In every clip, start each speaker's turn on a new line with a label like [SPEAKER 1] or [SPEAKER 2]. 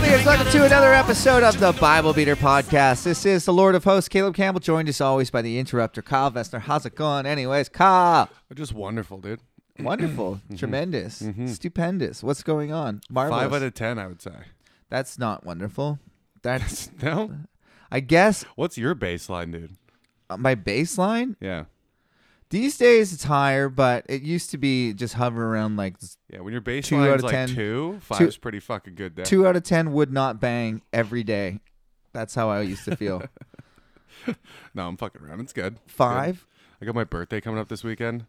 [SPEAKER 1] to another episode of the Bible Beater Podcast. This is the Lord of Hosts, Caleb Campbell, joined as always by the interrupter, Kyle Vestner. How's it going? Anyways, Kyle,
[SPEAKER 2] Just wonderful, dude.
[SPEAKER 1] wonderful, tremendous, stupendous. What's going on? Marvelous.
[SPEAKER 2] Mm-hmm. Five out of ten, I would say.
[SPEAKER 1] That's not wonderful. That's,
[SPEAKER 2] No,
[SPEAKER 1] I guess,
[SPEAKER 2] what's your baseline, dude?
[SPEAKER 1] uh, my baseline.
[SPEAKER 2] Yeah,
[SPEAKER 1] These days it's higher, but it used to be just hover around like s-
[SPEAKER 2] yeah. When your
[SPEAKER 1] out
[SPEAKER 2] baseline
[SPEAKER 1] of
[SPEAKER 2] is like
[SPEAKER 1] 10.
[SPEAKER 2] two, five's pretty fucking good. There.
[SPEAKER 1] two out of 10 would not bang every day. That's how I used to feel.
[SPEAKER 2] No, I'm fucking around. It's good. It's good.
[SPEAKER 1] Five?
[SPEAKER 2] I got my birthday coming up this weekend.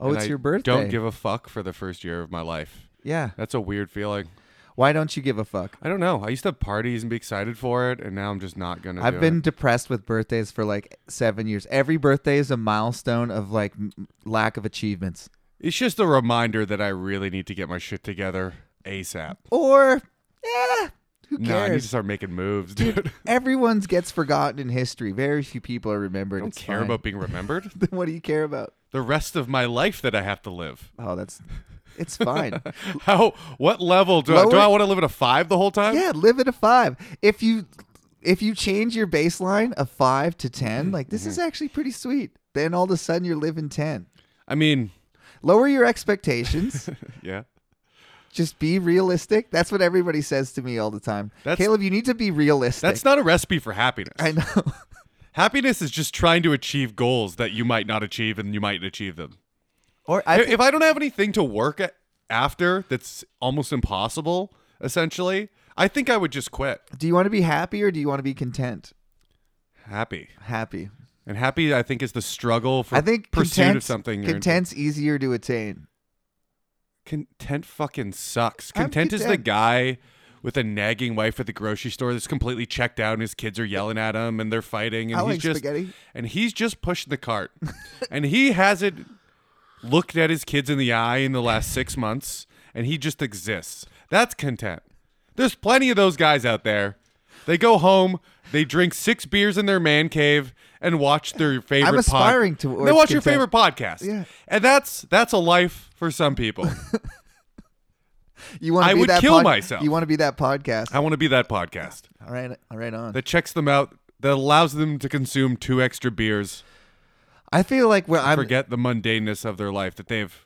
[SPEAKER 1] Oh,
[SPEAKER 2] and
[SPEAKER 1] it's
[SPEAKER 2] I
[SPEAKER 1] your birthday.
[SPEAKER 2] Don't give a fuck for the first year of my life.
[SPEAKER 1] yeah.
[SPEAKER 2] That's a weird feeling.
[SPEAKER 1] Why don't you give a fuck?
[SPEAKER 2] I don't know. I used to have parties and be excited for it, and now I'm just not gonna.
[SPEAKER 1] I've
[SPEAKER 2] do
[SPEAKER 1] been
[SPEAKER 2] It.
[SPEAKER 1] depressed with birthdays for like seven years. Every birthday is a milestone of like m- lack of achievements.
[SPEAKER 2] It's just a reminder that I really need to get my shit together asap.
[SPEAKER 1] Or, eh, who
[SPEAKER 2] No, I need to
[SPEAKER 1] cares?
[SPEAKER 2] start making moves, dude.
[SPEAKER 1] Everyone's gets forgotten in history. Very few people are
[SPEAKER 2] I
[SPEAKER 1] remembered.
[SPEAKER 2] don't
[SPEAKER 1] It's
[SPEAKER 2] care
[SPEAKER 1] fine.
[SPEAKER 2] about being remembered.
[SPEAKER 1] Then what do you care about?
[SPEAKER 2] the rest of my life that I have to live.
[SPEAKER 1] Oh, that's it's fine.
[SPEAKER 2] How? What level do I, do
[SPEAKER 1] Lower-
[SPEAKER 2] I want to live at a five the whole time?
[SPEAKER 1] yeah, live at a five. If you if you change your baseline of five to ten,
[SPEAKER 2] Mm-hmm,
[SPEAKER 1] like this is actually pretty sweet. Then all of a sudden you're living ten.
[SPEAKER 2] I mean,
[SPEAKER 1] Lower your expectations.
[SPEAKER 2] yeah.
[SPEAKER 1] just be realistic. That's what everybody says to me all the time.
[SPEAKER 2] That's-
[SPEAKER 1] Caleb, you need to be realistic.
[SPEAKER 2] That's not a recipe for happiness.
[SPEAKER 1] I know.
[SPEAKER 2] happiness is just trying to achieve goals that you might not achieve and you might achieve them.
[SPEAKER 1] or I
[SPEAKER 2] if I don't have anything to work at after that's almost impossible, essentially, I think I would just quit.
[SPEAKER 1] do you want to be happy or do you want to be content?
[SPEAKER 2] Happy.
[SPEAKER 1] Happy.
[SPEAKER 2] And happy, I think, is the struggle for
[SPEAKER 1] I think
[SPEAKER 2] pursuit
[SPEAKER 1] content,
[SPEAKER 2] of something. you're into.
[SPEAKER 1] Content's easier to attain.
[SPEAKER 2] Content fucking sucks.
[SPEAKER 1] I'm
[SPEAKER 2] Content is the
[SPEAKER 1] content.
[SPEAKER 2] guy with a nagging wife at the grocery store that's completely checked out and his kids are yelling at him and they're fighting and
[SPEAKER 1] I
[SPEAKER 2] he's
[SPEAKER 1] like
[SPEAKER 2] just
[SPEAKER 1] spaghetti.
[SPEAKER 2] and he's just pushing the cart. and he hasn't looked at his kids in the eye in the last 6 months and he just exists. That's content. There's plenty of those guys out there. They go home, they drink 6 beers in their man cave and watch their favorite pod-
[SPEAKER 1] aspiring towards
[SPEAKER 2] They watch your
[SPEAKER 1] content.
[SPEAKER 2] favorite podcast.
[SPEAKER 1] Yeah.
[SPEAKER 2] And that's that's a life for some people.
[SPEAKER 1] You want to
[SPEAKER 2] I
[SPEAKER 1] be
[SPEAKER 2] would
[SPEAKER 1] that
[SPEAKER 2] kill
[SPEAKER 1] pod-
[SPEAKER 2] myself.
[SPEAKER 1] You want to be that podcast.
[SPEAKER 2] I want to be that podcast
[SPEAKER 1] all right, all right on.
[SPEAKER 2] that checks them out, that allows them to consume two extra beers,
[SPEAKER 1] I feel like we're I'm,
[SPEAKER 2] forget the mundaneness of their life that they've.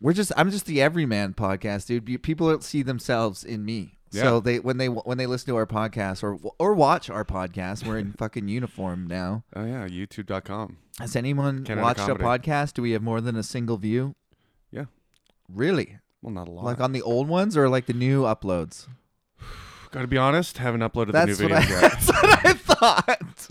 [SPEAKER 1] we're just I'm just the everyman podcast, dude. Be- People see themselves in me.
[SPEAKER 2] Yeah.
[SPEAKER 1] So they when they when they listen to our podcast or or watch our podcast, we're in fucking uniform now.
[SPEAKER 2] Oh yeah, YouTube.com.
[SPEAKER 1] Has anyone
[SPEAKER 2] Canada
[SPEAKER 1] watched
[SPEAKER 2] comedy.
[SPEAKER 1] a podcast? Do we have more than a single view?
[SPEAKER 2] Yeah,
[SPEAKER 1] Really?
[SPEAKER 2] well, not a lot.
[SPEAKER 1] Like uh, on the old ones or like the new uploads?
[SPEAKER 2] Gotta be honest, haven't uploaded the new
[SPEAKER 1] That's what,
[SPEAKER 2] video
[SPEAKER 1] I,
[SPEAKER 2] yet.
[SPEAKER 1] that's what I thought.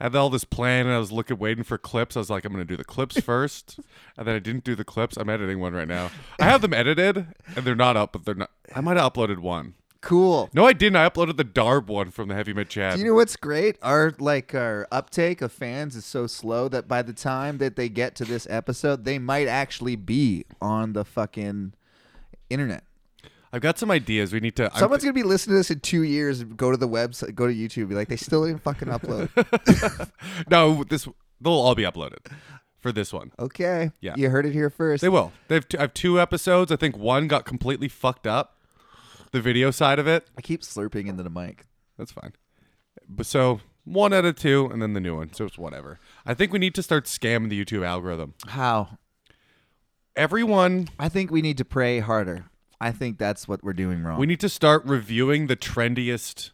[SPEAKER 2] I had all this plan, and I was looking, waiting for clips. I was like, I'm gonna do the clips first, and then I didn't do the clips. I'm editing one right now. I have them edited, and they're not up, but they're not. I might have uploaded one.
[SPEAKER 1] Cool.
[SPEAKER 2] No, I didn't. I uploaded the Darb one from the Heavy Mid Chad.
[SPEAKER 1] Do you know what's great? Our like our uptake of fans is so slow that by the time that they get to this episode, they might actually be on the fucking internet.
[SPEAKER 2] I've got some ideas. We need to. I'm-
[SPEAKER 1] Someone's gonna be listening to this in two years. and Go to the website, go to YouTube, and be like, they still didn't fucking upload.
[SPEAKER 2] no, this they'll all be uploaded for this one.
[SPEAKER 1] Okay,
[SPEAKER 2] Yeah.
[SPEAKER 1] you heard it here first.
[SPEAKER 2] They will. They've t- I have two episodes. I think one got completely fucked up, the video side of it.
[SPEAKER 1] I keep slurping into the mic.
[SPEAKER 2] That's fine. But so one out of two, and then the new one. So it's whatever. I think we need to start scamming the YouTube algorithm.
[SPEAKER 1] How?
[SPEAKER 2] Everyone,
[SPEAKER 1] I think we need to pray harder. I think that's what we're doing wrong.
[SPEAKER 2] we need to start reviewing the trendiest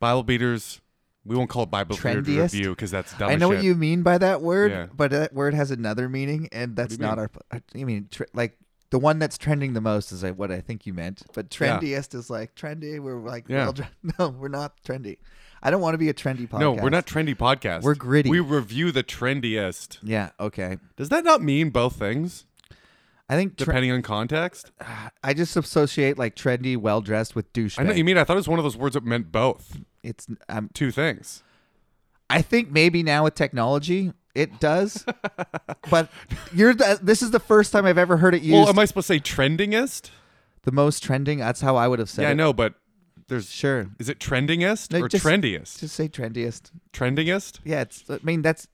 [SPEAKER 2] Bible beaters. We won't call it Bible beater
[SPEAKER 1] Trendiest?
[SPEAKER 2] review because that's dumb.
[SPEAKER 1] I
[SPEAKER 2] as
[SPEAKER 1] know
[SPEAKER 2] shit.
[SPEAKER 1] what you mean by that word,
[SPEAKER 2] Yeah.
[SPEAKER 1] but that word has another meaning, and that's
[SPEAKER 2] do you
[SPEAKER 1] not our. uh, I mean, tr like the one that's trending the most is like what I think you meant, but
[SPEAKER 2] Yeah.
[SPEAKER 1] trendiest is like trendy. We're like,
[SPEAKER 2] Yeah.
[SPEAKER 1] well, tre- no, we're not trendy. I don't want to be a trendy podcast.
[SPEAKER 2] No, we're not trendy podcast.
[SPEAKER 1] We're gritty.
[SPEAKER 2] We review the trendiest.
[SPEAKER 1] Yeah. Okay.
[SPEAKER 2] Does that not mean both things
[SPEAKER 1] I think tre-
[SPEAKER 2] depending on context?
[SPEAKER 1] I just associate like trendy, well dressed with douchebag.
[SPEAKER 2] I know what you mean. I thought it was one of those words that meant both.
[SPEAKER 1] it's. Um,
[SPEAKER 2] Two things.
[SPEAKER 1] I think maybe now with technology. It does, but you're. The, this is the first time I've ever heard it used.
[SPEAKER 2] Well, am I supposed to say trendingest?
[SPEAKER 1] the most trending. That's how I would have said
[SPEAKER 2] Yeah, I
[SPEAKER 1] it.
[SPEAKER 2] know, but there's
[SPEAKER 1] Sure.
[SPEAKER 2] is it trendingest
[SPEAKER 1] No,
[SPEAKER 2] or
[SPEAKER 1] just-
[SPEAKER 2] trendiest?
[SPEAKER 1] Just say trendiest.
[SPEAKER 2] Trendingest?
[SPEAKER 1] Yeah, it's. I mean, that's.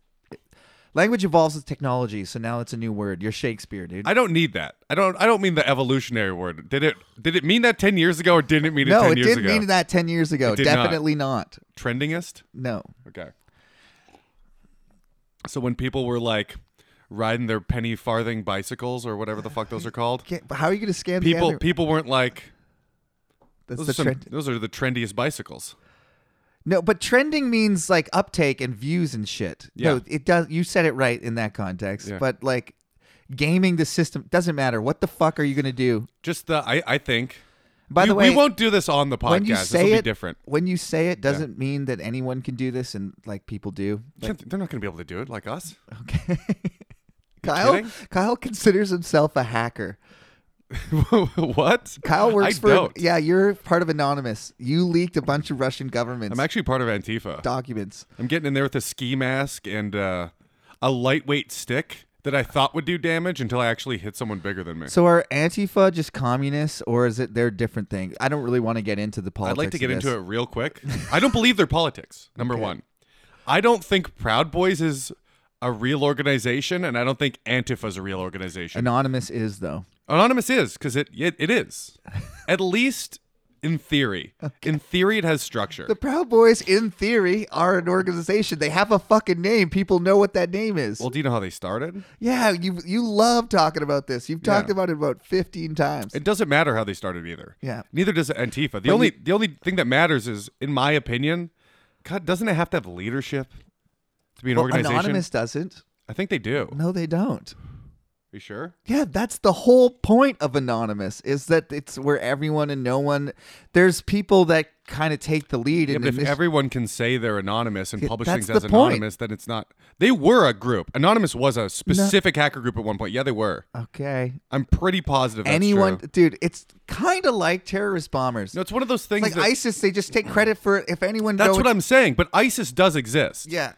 [SPEAKER 1] Language evolves with technology, so now it's a new word. You're Shakespeare, dude.
[SPEAKER 2] I don't need that. I don't. I don't mean the evolutionary word. Did it? Did it mean that ten years ago, or didn't it mean it
[SPEAKER 1] no,
[SPEAKER 2] ten
[SPEAKER 1] it
[SPEAKER 2] years
[SPEAKER 1] didn't
[SPEAKER 2] ago?
[SPEAKER 1] mean that ten years ago.
[SPEAKER 2] did not.
[SPEAKER 1] Definitely not.
[SPEAKER 2] Trendingest.
[SPEAKER 1] No.
[SPEAKER 2] Okay. So when people were like riding their penny farthing bicycles or whatever the fuck those are called,
[SPEAKER 1] Can't- but how are you gonna scan
[SPEAKER 2] people
[SPEAKER 1] The other-
[SPEAKER 2] people weren't like
[SPEAKER 1] That's
[SPEAKER 2] those
[SPEAKER 1] the
[SPEAKER 2] are, some,
[SPEAKER 1] trend.
[SPEAKER 2] those are the trendiest bicycles.
[SPEAKER 1] No, but trending means like uptake and views and shit.
[SPEAKER 2] Yeah.
[SPEAKER 1] No, it does. You said it right in that context.
[SPEAKER 2] Yeah.
[SPEAKER 1] But like, gaming the system doesn't matter. What the fuck are you gonna do?
[SPEAKER 2] Just the I I think.
[SPEAKER 1] By
[SPEAKER 2] We-
[SPEAKER 1] the way,
[SPEAKER 2] we won't do this on the podcast.
[SPEAKER 1] when you
[SPEAKER 2] this will
[SPEAKER 1] say
[SPEAKER 2] be
[SPEAKER 1] it,
[SPEAKER 2] different.
[SPEAKER 1] when you say it, doesn't mean that anyone can do this, and like people do. Like,
[SPEAKER 2] Can't- They're not going to be able to do it like us.
[SPEAKER 1] okay. Kyle,
[SPEAKER 2] kidding?
[SPEAKER 1] Kyle considers himself a hacker.
[SPEAKER 2] what?
[SPEAKER 1] Kyle works
[SPEAKER 2] I
[SPEAKER 1] for
[SPEAKER 2] Don't.
[SPEAKER 1] yeah. You're part of Anonymous. You leaked a bunch of Russian government
[SPEAKER 2] I'm actually part of Antifa.
[SPEAKER 1] documents.
[SPEAKER 2] I'm getting in there with a ski mask and uh, a lightweight stick that I thought would do damage until I actually hit someone bigger than me.
[SPEAKER 1] So are Antifa just communists, or is it they're different things? I don't really want to get into the politics.
[SPEAKER 2] I'd like to
[SPEAKER 1] of
[SPEAKER 2] get
[SPEAKER 1] this.
[SPEAKER 2] into it real quick. I don't believe their politics. Number one, I don't think Proud Boys is a real organization, and I don't think Antifa is a real organization.
[SPEAKER 1] Anonymous is though.
[SPEAKER 2] Anonymous is because it, it it is, at least in theory. In theory, it has structure.
[SPEAKER 1] The Proud Boys, in theory, are an organization. They have a fucking name. People know what that name is.
[SPEAKER 2] well, do you know how they started?
[SPEAKER 1] yeah, you you love talking about this. You've talked
[SPEAKER 2] Yeah.
[SPEAKER 1] about it about fifteen times.
[SPEAKER 2] It doesn't matter how they started either.
[SPEAKER 1] Yeah.
[SPEAKER 2] Neither does Antifa. The only the only thing that matters is, in my opinion, God, doesn't it have to have leadership to be an
[SPEAKER 1] Well,
[SPEAKER 2] organization?
[SPEAKER 1] Anonymous doesn't.
[SPEAKER 2] I think they do.
[SPEAKER 1] No, they don't.
[SPEAKER 2] you sure?
[SPEAKER 1] Yeah, that's the whole point of anonymous is that it's where everyone and no one. There's people that kind of take the lead.
[SPEAKER 2] Yeah,
[SPEAKER 1] and
[SPEAKER 2] but if
[SPEAKER 1] initi-
[SPEAKER 2] everyone can say they're anonymous and
[SPEAKER 1] Yeah,
[SPEAKER 2] publish
[SPEAKER 1] that's
[SPEAKER 2] things as
[SPEAKER 1] the point.
[SPEAKER 2] anonymous, then it's not. They were a group. Anonymous was a specific hacker group at one point. Yeah, they were.
[SPEAKER 1] okay,
[SPEAKER 2] I'm pretty positive. That's
[SPEAKER 1] anyone,
[SPEAKER 2] True.
[SPEAKER 1] dude, it's kind of like terrorist bombers.
[SPEAKER 2] No, it's one of those things.
[SPEAKER 1] like
[SPEAKER 2] that-
[SPEAKER 1] ISIS, they just take credit for it. If anyone
[SPEAKER 2] that's
[SPEAKER 1] knows,
[SPEAKER 2] what I'm saying. But ISIS does exist.
[SPEAKER 1] yeah,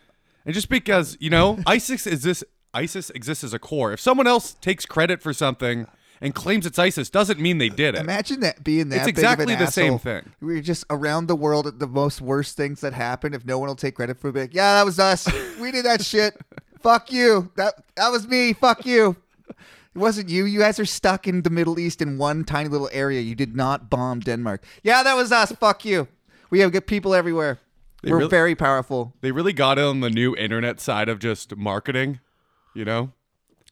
[SPEAKER 2] And just because, you know, ISIS is this ISIS exists as a core. If someone else takes credit for something and claims it's ISIS doesn't mean they did it.
[SPEAKER 1] Imagine that being that.
[SPEAKER 2] It's
[SPEAKER 1] big
[SPEAKER 2] exactly
[SPEAKER 1] of an
[SPEAKER 2] the same
[SPEAKER 1] asshole.
[SPEAKER 2] thing.
[SPEAKER 1] We're just around the world at the most worst things that happen. If no one will take credit for it, be like, yeah, that was us. We did that shit. Fuck you. That that was me. Fuck you. It wasn't you. You guys are stuck in the Middle East in one tiny little area. You did not bomb Denmark. Yeah, that was us. Fuck you. We have good people everywhere. We're
[SPEAKER 2] really-
[SPEAKER 1] very powerful.
[SPEAKER 2] They really got in on the new internet side of just marketing, you know?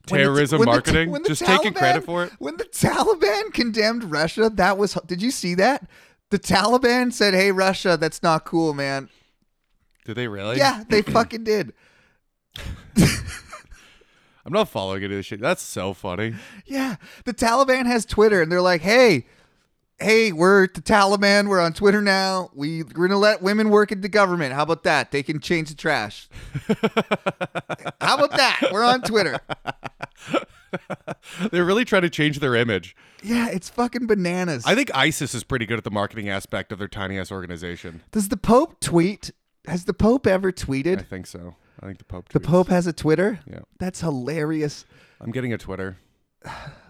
[SPEAKER 1] When the-
[SPEAKER 2] Terrorism
[SPEAKER 1] when the-
[SPEAKER 2] marketing,
[SPEAKER 1] when the
[SPEAKER 2] just taking
[SPEAKER 1] Taliban-
[SPEAKER 2] credit for it.
[SPEAKER 1] When the Taliban condemned Russia, that was. Did you see that? The Taliban said, "Hey, Russia, that's not cool, man."
[SPEAKER 2] Did they really?
[SPEAKER 1] Yeah, they fucking did.
[SPEAKER 2] I'm not following into this shit. That's so funny.
[SPEAKER 1] Yeah, the Taliban has Twitter, and they're like, "Hey, hey, we're the Taliban. We're on Twitter now. We, we're gonna let women work in the government. How about that? They can change the trash. How about that? We're on Twitter.
[SPEAKER 2] They're really trying to change their image.
[SPEAKER 1] Yeah, it's fucking bananas.
[SPEAKER 2] I think ISIS is pretty good at the marketing aspect of their tiny ass organization.
[SPEAKER 1] Does the Pope tweet? Has the Pope ever
[SPEAKER 2] I
[SPEAKER 1] tweeted?
[SPEAKER 2] think so. I think the Pope.
[SPEAKER 1] The
[SPEAKER 2] tweets.
[SPEAKER 1] Pope has a Twitter.
[SPEAKER 2] Yeah.
[SPEAKER 1] That's hilarious.
[SPEAKER 2] I'm getting a Twitter.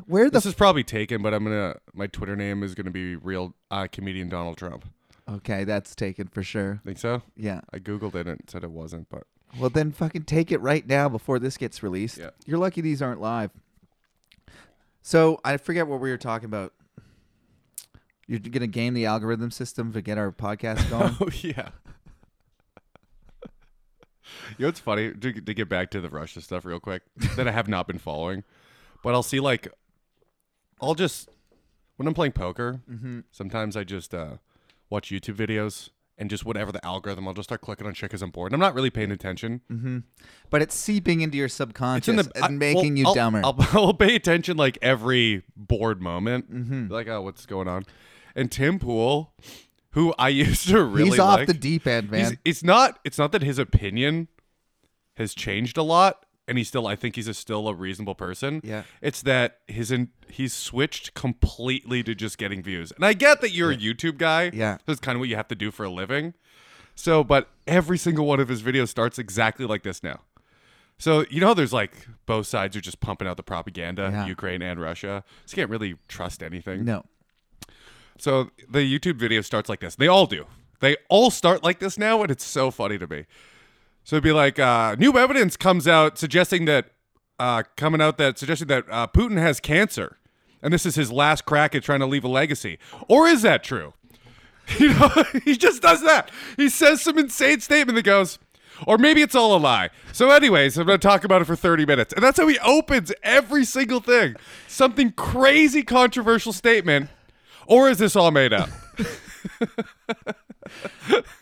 [SPEAKER 1] Where the
[SPEAKER 2] This is probably taken, but I'm gonna. My Twitter name is gonna be real uh, comedian Donald Trump.
[SPEAKER 1] okay, that's taken for sure.
[SPEAKER 2] Think so?
[SPEAKER 1] Yeah.
[SPEAKER 2] I googled it and it said it wasn't, but
[SPEAKER 1] Well, then fucking take it right now before this gets released.
[SPEAKER 2] Yeah.
[SPEAKER 1] You're lucky these aren't live. So I forget what we were talking about. You're gonna game the algorithm system to get our podcast going.
[SPEAKER 2] oh yeah. you know what's funny? To, to get back to the Russia stuff real quick that I have not been following, but I'll see like, I'll just when I'm playing poker, sometimes I just uh, watch YouTube videos and just whatever the algorithm, I'll just start clicking on shit because I'm bored. And I'm not really paying attention.
[SPEAKER 1] but it's seeping into your subconscious
[SPEAKER 2] It's in the I-
[SPEAKER 1] and making
[SPEAKER 2] well,
[SPEAKER 1] you
[SPEAKER 2] I'll-
[SPEAKER 1] dumber.
[SPEAKER 2] I'll, I'll pay attention like every bored moment,
[SPEAKER 1] Mm-hmm.
[SPEAKER 2] like oh, what's going on? And Tim Pool, who I used to really
[SPEAKER 1] He's off
[SPEAKER 2] like,
[SPEAKER 1] the deep end,
[SPEAKER 2] he's-
[SPEAKER 1] man.
[SPEAKER 2] it's not it's not that his opinion has changed a lot, and he's still I think he's a, still a reasonable person.
[SPEAKER 1] Yeah.
[SPEAKER 2] it's that his in, he's switched completely to just getting views, and I get that you're a YouTube guy.
[SPEAKER 1] Yeah.
[SPEAKER 2] that's kind of what you have to do for a living. So, but every single one of his videos starts exactly like this now. So you know, how there's like both sides are just pumping out the propaganda,
[SPEAKER 1] Yeah.
[SPEAKER 2] Ukraine and Russia. So you can't really trust anything.
[SPEAKER 1] No,
[SPEAKER 2] So the YouTube video starts like this. They all do. They all start like this now, and it's so funny to me. So it'd be like uh, new evidence comes out suggesting that uh, coming out that suggesting that uh, Putin has cancer, and this is his last crack at trying to leave a legacy. Or is that true? You know, he just does that. He says some insane statement that goes, or maybe it's all a lie. So, anyways, I'm going to talk about it for 30 minutes. And that's how he opens every single thing something crazy controversial statement. Or is this all made up?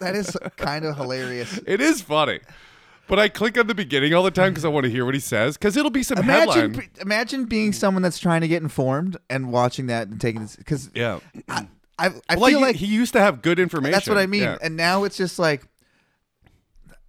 [SPEAKER 1] That is kind of hilarious.
[SPEAKER 2] it is funny. But I click on the beginning all the time because I want to hear what he says because it'll be some
[SPEAKER 1] Imagine,
[SPEAKER 2] headline.
[SPEAKER 1] b- imagine being someone that's trying to get informed and watching that and taking this because
[SPEAKER 2] yeah.
[SPEAKER 1] I, I, I
[SPEAKER 2] Mm. Well,
[SPEAKER 1] feel
[SPEAKER 2] he,
[SPEAKER 1] like
[SPEAKER 2] he used to have good information.
[SPEAKER 1] that's what I mean.
[SPEAKER 2] Yeah.
[SPEAKER 1] And now it's just like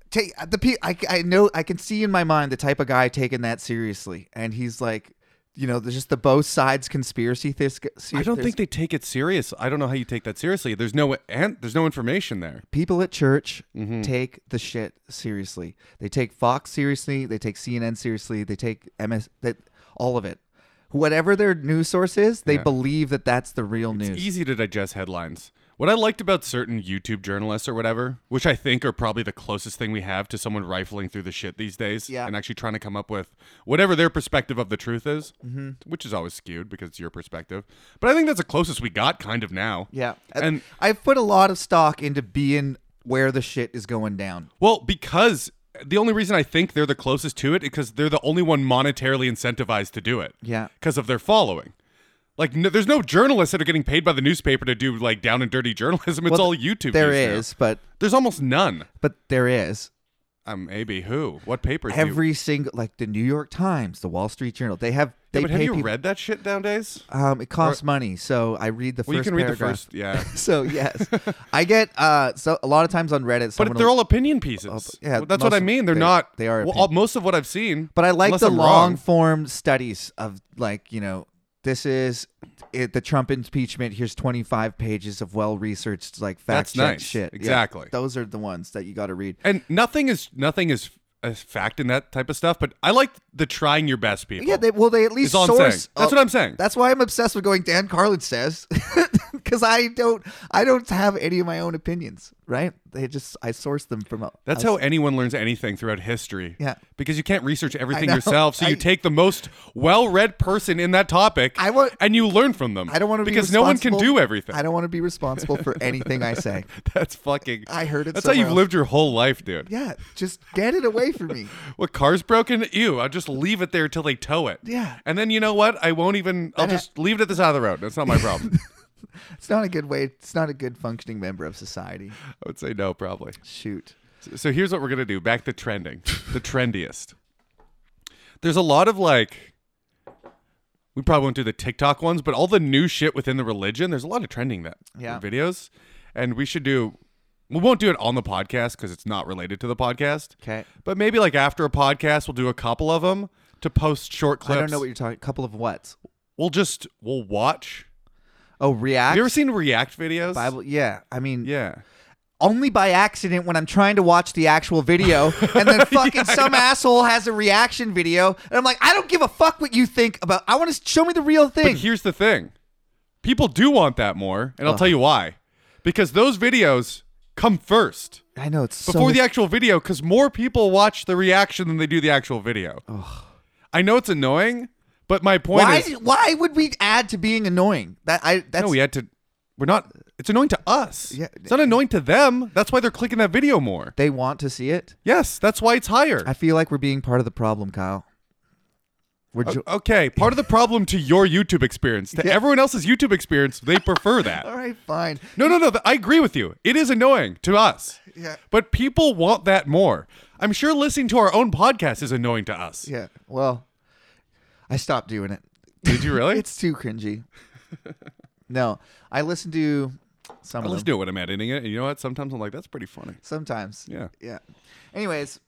[SPEAKER 1] take the pe- I, I know I can see in my mind the type of guy taking that seriously, and he's like, you know, there's just the both sides conspiracy theories.
[SPEAKER 2] I don't think they take it serious. I don't know how you take that seriously. There's no and there's no information there.
[SPEAKER 1] people at church
[SPEAKER 2] Mm-hmm.
[SPEAKER 1] take the shit seriously. They take Fox seriously. They take CNN seriously. They take MS. That all of it. Whatever their news source is, they believe that that's the real news.
[SPEAKER 2] easy to digest headlines. What I liked about certain YouTube journalists or whatever, which I think are probably the closest thing we have to someone rifling through the shit these days
[SPEAKER 1] Yeah.
[SPEAKER 2] and actually trying to come up with whatever their perspective of the truth is,
[SPEAKER 1] Mm-hmm.
[SPEAKER 2] which is always skewed because it's your perspective. But I think that's the closest we got kind of now.
[SPEAKER 1] yeah, Uh,
[SPEAKER 2] And
[SPEAKER 1] I put a lot of stock into being where the shit is going down.
[SPEAKER 2] well, because the only reason I think they're the closest to it is because they're the only one monetarily incentivized to do it.
[SPEAKER 1] Yeah.
[SPEAKER 2] Because of their following. Like, no, there's no journalists that are getting paid by the newspaper to do like down and dirty journalism. It's
[SPEAKER 1] Well,
[SPEAKER 2] all YouTube.
[SPEAKER 1] There
[SPEAKER 2] news now.
[SPEAKER 1] is, but
[SPEAKER 2] There's almost none.
[SPEAKER 1] but there is
[SPEAKER 2] Um, maybe who? What papers? do you-
[SPEAKER 1] every single like the New York Times, the Wall Street Journal. They have they
[SPEAKER 2] Yeah, but
[SPEAKER 1] pay
[SPEAKER 2] have you
[SPEAKER 1] people.
[SPEAKER 2] read that shit nowadays?
[SPEAKER 1] um, it costs money, so I read the
[SPEAKER 2] Well, you
[SPEAKER 1] first
[SPEAKER 2] can read
[SPEAKER 1] paragraph.
[SPEAKER 2] the first. Yeah,
[SPEAKER 1] so yes, I get uh so a lot of times on Reddit,
[SPEAKER 2] but
[SPEAKER 1] someone
[SPEAKER 2] they're
[SPEAKER 1] will-
[SPEAKER 2] all opinion pieces.
[SPEAKER 1] yeah,
[SPEAKER 2] Well, that's
[SPEAKER 1] most
[SPEAKER 2] what I
[SPEAKER 1] of-
[SPEAKER 2] mean. They're
[SPEAKER 1] they-
[SPEAKER 2] not.
[SPEAKER 1] they are
[SPEAKER 2] Well,
[SPEAKER 1] opinion-
[SPEAKER 2] all- most of what I've seen.
[SPEAKER 1] But I like
[SPEAKER 2] unless
[SPEAKER 1] the
[SPEAKER 2] I'm
[SPEAKER 1] long
[SPEAKER 2] wrong.
[SPEAKER 1] form studies of like you know this is it, the Trump impeachment. Here's 25 pages of well researched like fact
[SPEAKER 2] That's
[SPEAKER 1] check
[SPEAKER 2] nice.
[SPEAKER 1] shit. Yeah,
[SPEAKER 2] Exactly.
[SPEAKER 1] those are the ones that you got to read.
[SPEAKER 2] and nothing is nothing is a fact in that type of stuff. But I like the trying your best people.
[SPEAKER 1] Yeah, they well they at least
[SPEAKER 2] Is all I'm saying.
[SPEAKER 1] source.
[SPEAKER 2] That's
[SPEAKER 1] uh,
[SPEAKER 2] what I'm saying.
[SPEAKER 1] That's why I'm obsessed with going. Dan Carlin says because I don't I don't have any of my own opinions. Right? They just I source them from. uh,
[SPEAKER 2] That's how anyone learns anything throughout history.
[SPEAKER 1] Yeah.
[SPEAKER 2] Because you can't research everything
[SPEAKER 1] know.
[SPEAKER 2] yourself. So
[SPEAKER 1] I-
[SPEAKER 2] you take the most well read person in that topic
[SPEAKER 1] I want-
[SPEAKER 2] and you learn from them.
[SPEAKER 1] I don't want to
[SPEAKER 2] Because no one can do everything.
[SPEAKER 1] I don't want to be responsible for anything I say.
[SPEAKER 2] That's fucking.
[SPEAKER 1] I heard it
[SPEAKER 2] That's how you've
[SPEAKER 1] somewhere else.
[SPEAKER 2] lived your whole life, dude.
[SPEAKER 1] Yeah, just get it away from me.
[SPEAKER 2] What car's broken? Ew! I'll just leave it there till they tow it.
[SPEAKER 1] Yeah.
[SPEAKER 2] And then you know what? I won't even. I'll
[SPEAKER 1] That ha-
[SPEAKER 2] just leave it at the side of the road. That's not my problem.
[SPEAKER 1] It's not a good way. It's not a good functioning member of society.
[SPEAKER 2] I would say no, probably.
[SPEAKER 1] Shoot.
[SPEAKER 2] So- So here's what we're gonna do. Back to trending, the trendiest. There's a lot of like. We probably won't do the TikTok ones, but all the new shit within the religion. There's a lot of trending that
[SPEAKER 1] Yeah.
[SPEAKER 2] videos, and we should do. We won't do it on the podcast because it's not related to the podcast.
[SPEAKER 1] Okay.
[SPEAKER 2] But maybe like after a podcast, we'll do a couple of them to post short clips.
[SPEAKER 1] I don't know what you're talking. Couple of what?
[SPEAKER 2] we'll just we'll watch.
[SPEAKER 1] Oh, react.
[SPEAKER 2] Have you ever seen React videos?
[SPEAKER 1] Bible? Yeah. I mean,
[SPEAKER 2] Yeah.
[SPEAKER 1] only by accident when I'm trying to watch the actual video, and then fucking some asshole has a reaction video, and I'm like, I don't give a fuck what you think about. I want to show me the real
[SPEAKER 2] But
[SPEAKER 1] thing.
[SPEAKER 2] here's the thing. People do want that more, and I'll tell you why. Because those videos come first
[SPEAKER 1] I know it's so
[SPEAKER 2] before
[SPEAKER 1] much-
[SPEAKER 2] the actual video cuz more people watch the reaction than they do the actual video. I know it's annoying, but my point
[SPEAKER 1] why?
[SPEAKER 2] is
[SPEAKER 1] Why would we add to being annoying? That I. That's
[SPEAKER 2] no, we had to we're not it's annoying to us.
[SPEAKER 1] Yeah.
[SPEAKER 2] It's not annoying to them. That's why they're clicking that video more.
[SPEAKER 1] they want to see it.
[SPEAKER 2] Yes, that's why it's higher.
[SPEAKER 1] I feel like we're being part of the problem, Kyle. We're jo-
[SPEAKER 2] O- okay, part of the problem to your YouTube experience, to
[SPEAKER 1] Yeah.
[SPEAKER 2] everyone else's YouTube experience, they prefer that.
[SPEAKER 1] all right, fine.
[SPEAKER 2] No, no, no. th- I agree with you. It is annoying to us.
[SPEAKER 1] Yeah.
[SPEAKER 2] But people want that more. I'm sure listening to our own podcast is annoying to us.
[SPEAKER 1] Yeah. Well, I stopped doing it.
[SPEAKER 2] Did you really?
[SPEAKER 1] It's too cringy. no, I listen to some
[SPEAKER 2] I
[SPEAKER 1] of
[SPEAKER 2] listen
[SPEAKER 1] them
[SPEAKER 2] to it when I'm editing it. And you know what? Sometimes I'm like, that's pretty funny.
[SPEAKER 1] sometimes.
[SPEAKER 2] Yeah.
[SPEAKER 1] Yeah. Anyways,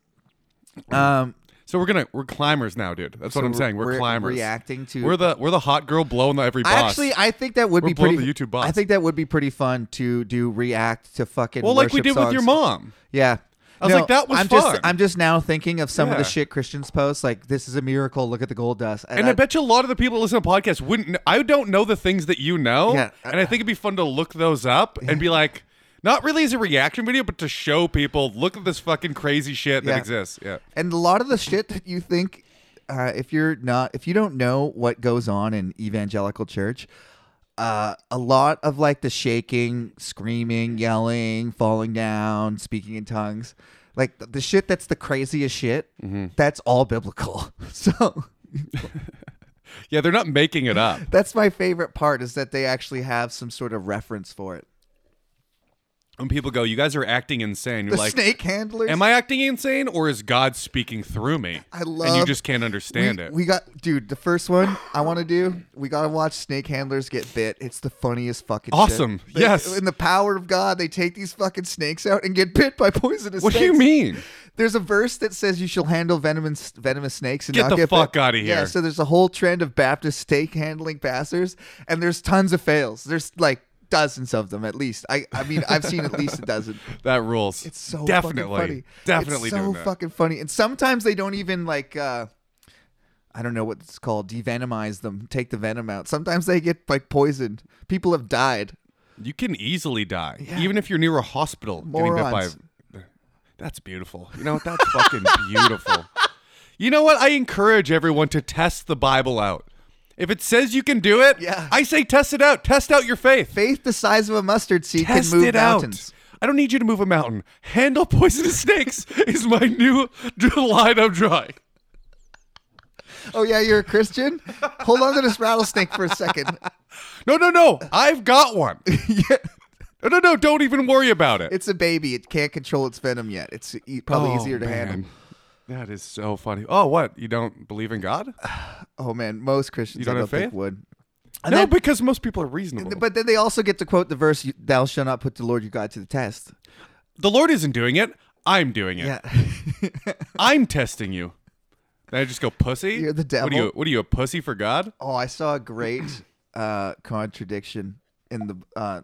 [SPEAKER 1] um,
[SPEAKER 2] So we're gonna we're climbers now, dude. That's
[SPEAKER 1] so
[SPEAKER 2] what I'm saying. We're, climbers.
[SPEAKER 1] Reacting to.
[SPEAKER 2] We're the we're the hot girl blowing the every boss.
[SPEAKER 1] Actually, I think that would
[SPEAKER 2] We're
[SPEAKER 1] be
[SPEAKER 2] blowing
[SPEAKER 1] pretty.
[SPEAKER 2] the YouTube boss.
[SPEAKER 1] I think that would be pretty fun to do react to fucking.
[SPEAKER 2] well, like we
[SPEAKER 1] worship
[SPEAKER 2] did with your
[SPEAKER 1] songs.
[SPEAKER 2] mom.
[SPEAKER 1] Yeah.
[SPEAKER 2] I was like, that was
[SPEAKER 1] I'm
[SPEAKER 2] fun.
[SPEAKER 1] Just, I'm just now thinking of some of the
[SPEAKER 2] Yeah.
[SPEAKER 1] shit Christians post, like "This is a miracle, look at the gold dust,"
[SPEAKER 2] And I bet you a lot of the people that listen to podcasts wouldn't. kn- I don't know the things that you know.
[SPEAKER 1] Yeah.
[SPEAKER 2] And I think it'd be fun to look those up and be like, Not really as a reaction video, but to show people, look at this fucking crazy shit that
[SPEAKER 1] Yeah.
[SPEAKER 2] exists. Yeah.
[SPEAKER 1] And a lot of the shit that you think, uh, if you're not, if you don't know what goes on in evangelical church, uh, a lot of like the shaking, screaming, yelling, falling down, speaking in tongues, like th- the shit that's the craziest shit,
[SPEAKER 2] Mm-hmm.
[SPEAKER 1] that's all biblical. So
[SPEAKER 2] Yeah, they're not making it up.
[SPEAKER 1] that's my favorite part is that they actually have some sort of reference for it.
[SPEAKER 2] When people go, you guys are acting insane. You're
[SPEAKER 1] The
[SPEAKER 2] like,
[SPEAKER 1] snake handlers.
[SPEAKER 2] am I acting insane or is God speaking through me?
[SPEAKER 1] I
[SPEAKER 2] And you
[SPEAKER 1] love-
[SPEAKER 2] just can't understand
[SPEAKER 1] we,
[SPEAKER 2] it.
[SPEAKER 1] we got, dude. The first one I want to do. We gotta watch snake handlers get bit. It's the funniest fucking. shit.
[SPEAKER 2] Awesome.
[SPEAKER 1] They-
[SPEAKER 2] Yes.
[SPEAKER 1] In the power of God, they take these fucking snakes out and get bit by poisonous.
[SPEAKER 2] what do
[SPEAKER 1] snakes.
[SPEAKER 2] you mean?
[SPEAKER 1] There's a verse that says you shall handle venomous venomous snakes and
[SPEAKER 2] Get
[SPEAKER 1] not
[SPEAKER 2] the
[SPEAKER 1] get
[SPEAKER 2] fuck
[SPEAKER 1] bit.
[SPEAKER 2] outta here.
[SPEAKER 1] Yeah. So there's a whole trend of Baptist snake handling pastors, and there's tons of fails. There's like dozens of them at least. I I mean I've seen at least a dozen.
[SPEAKER 2] That rules.
[SPEAKER 1] It's so
[SPEAKER 2] definitely,
[SPEAKER 1] fucking funny.
[SPEAKER 2] definitely
[SPEAKER 1] it's so
[SPEAKER 2] doing that.
[SPEAKER 1] fucking funny. And sometimes they don't even like uh I don't know what it's called, devenomize them, take the venom out. Sometimes they get like poisoned. People have died.
[SPEAKER 2] you can easily die,
[SPEAKER 1] Yeah.
[SPEAKER 2] even if you're near a hospital.
[SPEAKER 1] Morons.
[SPEAKER 2] Getting bit by. That's beautiful. You know what? That's fucking beautiful. You know what? I encourage everyone to test the Bible out. If it says you can do it,
[SPEAKER 1] Yeah.
[SPEAKER 2] I say test it out. Test out your faith.
[SPEAKER 1] Faith the size of a mustard seed
[SPEAKER 2] Test
[SPEAKER 1] can move
[SPEAKER 2] it
[SPEAKER 1] mountains.
[SPEAKER 2] out. I don't need you to move a mountain. Handle poisonous snakes is my new line I'm drawing.
[SPEAKER 1] Oh yeah, you're a Christian? Hold on to this rattlesnake for a second.
[SPEAKER 2] No, no, no. I've got one.
[SPEAKER 1] yeah.
[SPEAKER 2] No, no, no. Don't even worry about it.
[SPEAKER 1] It's a baby. It can't control its venom yet. It's e- probably
[SPEAKER 2] Oh,
[SPEAKER 1] easier to handle.
[SPEAKER 2] man. That is so funny. Oh, what? You don't believe in God?
[SPEAKER 1] Oh man, most Christians
[SPEAKER 2] You don't
[SPEAKER 1] I don't
[SPEAKER 2] have
[SPEAKER 1] think
[SPEAKER 2] faith?
[SPEAKER 1] would.
[SPEAKER 2] no,
[SPEAKER 1] then-
[SPEAKER 2] because most people are reasonable. But
[SPEAKER 1] But then they also get to quote the verse, "Thou shalt not put the Lord your God to the test."
[SPEAKER 2] the Lord isn't doing it. I'm doing it.
[SPEAKER 1] Yeah.
[SPEAKER 2] I'm testing you. Then I just go, pussy.
[SPEAKER 1] You're the
[SPEAKER 2] What
[SPEAKER 1] devil.
[SPEAKER 2] are you? What are you, a pussy for God?
[SPEAKER 1] Oh, I saw a great uh, contradiction in the uh,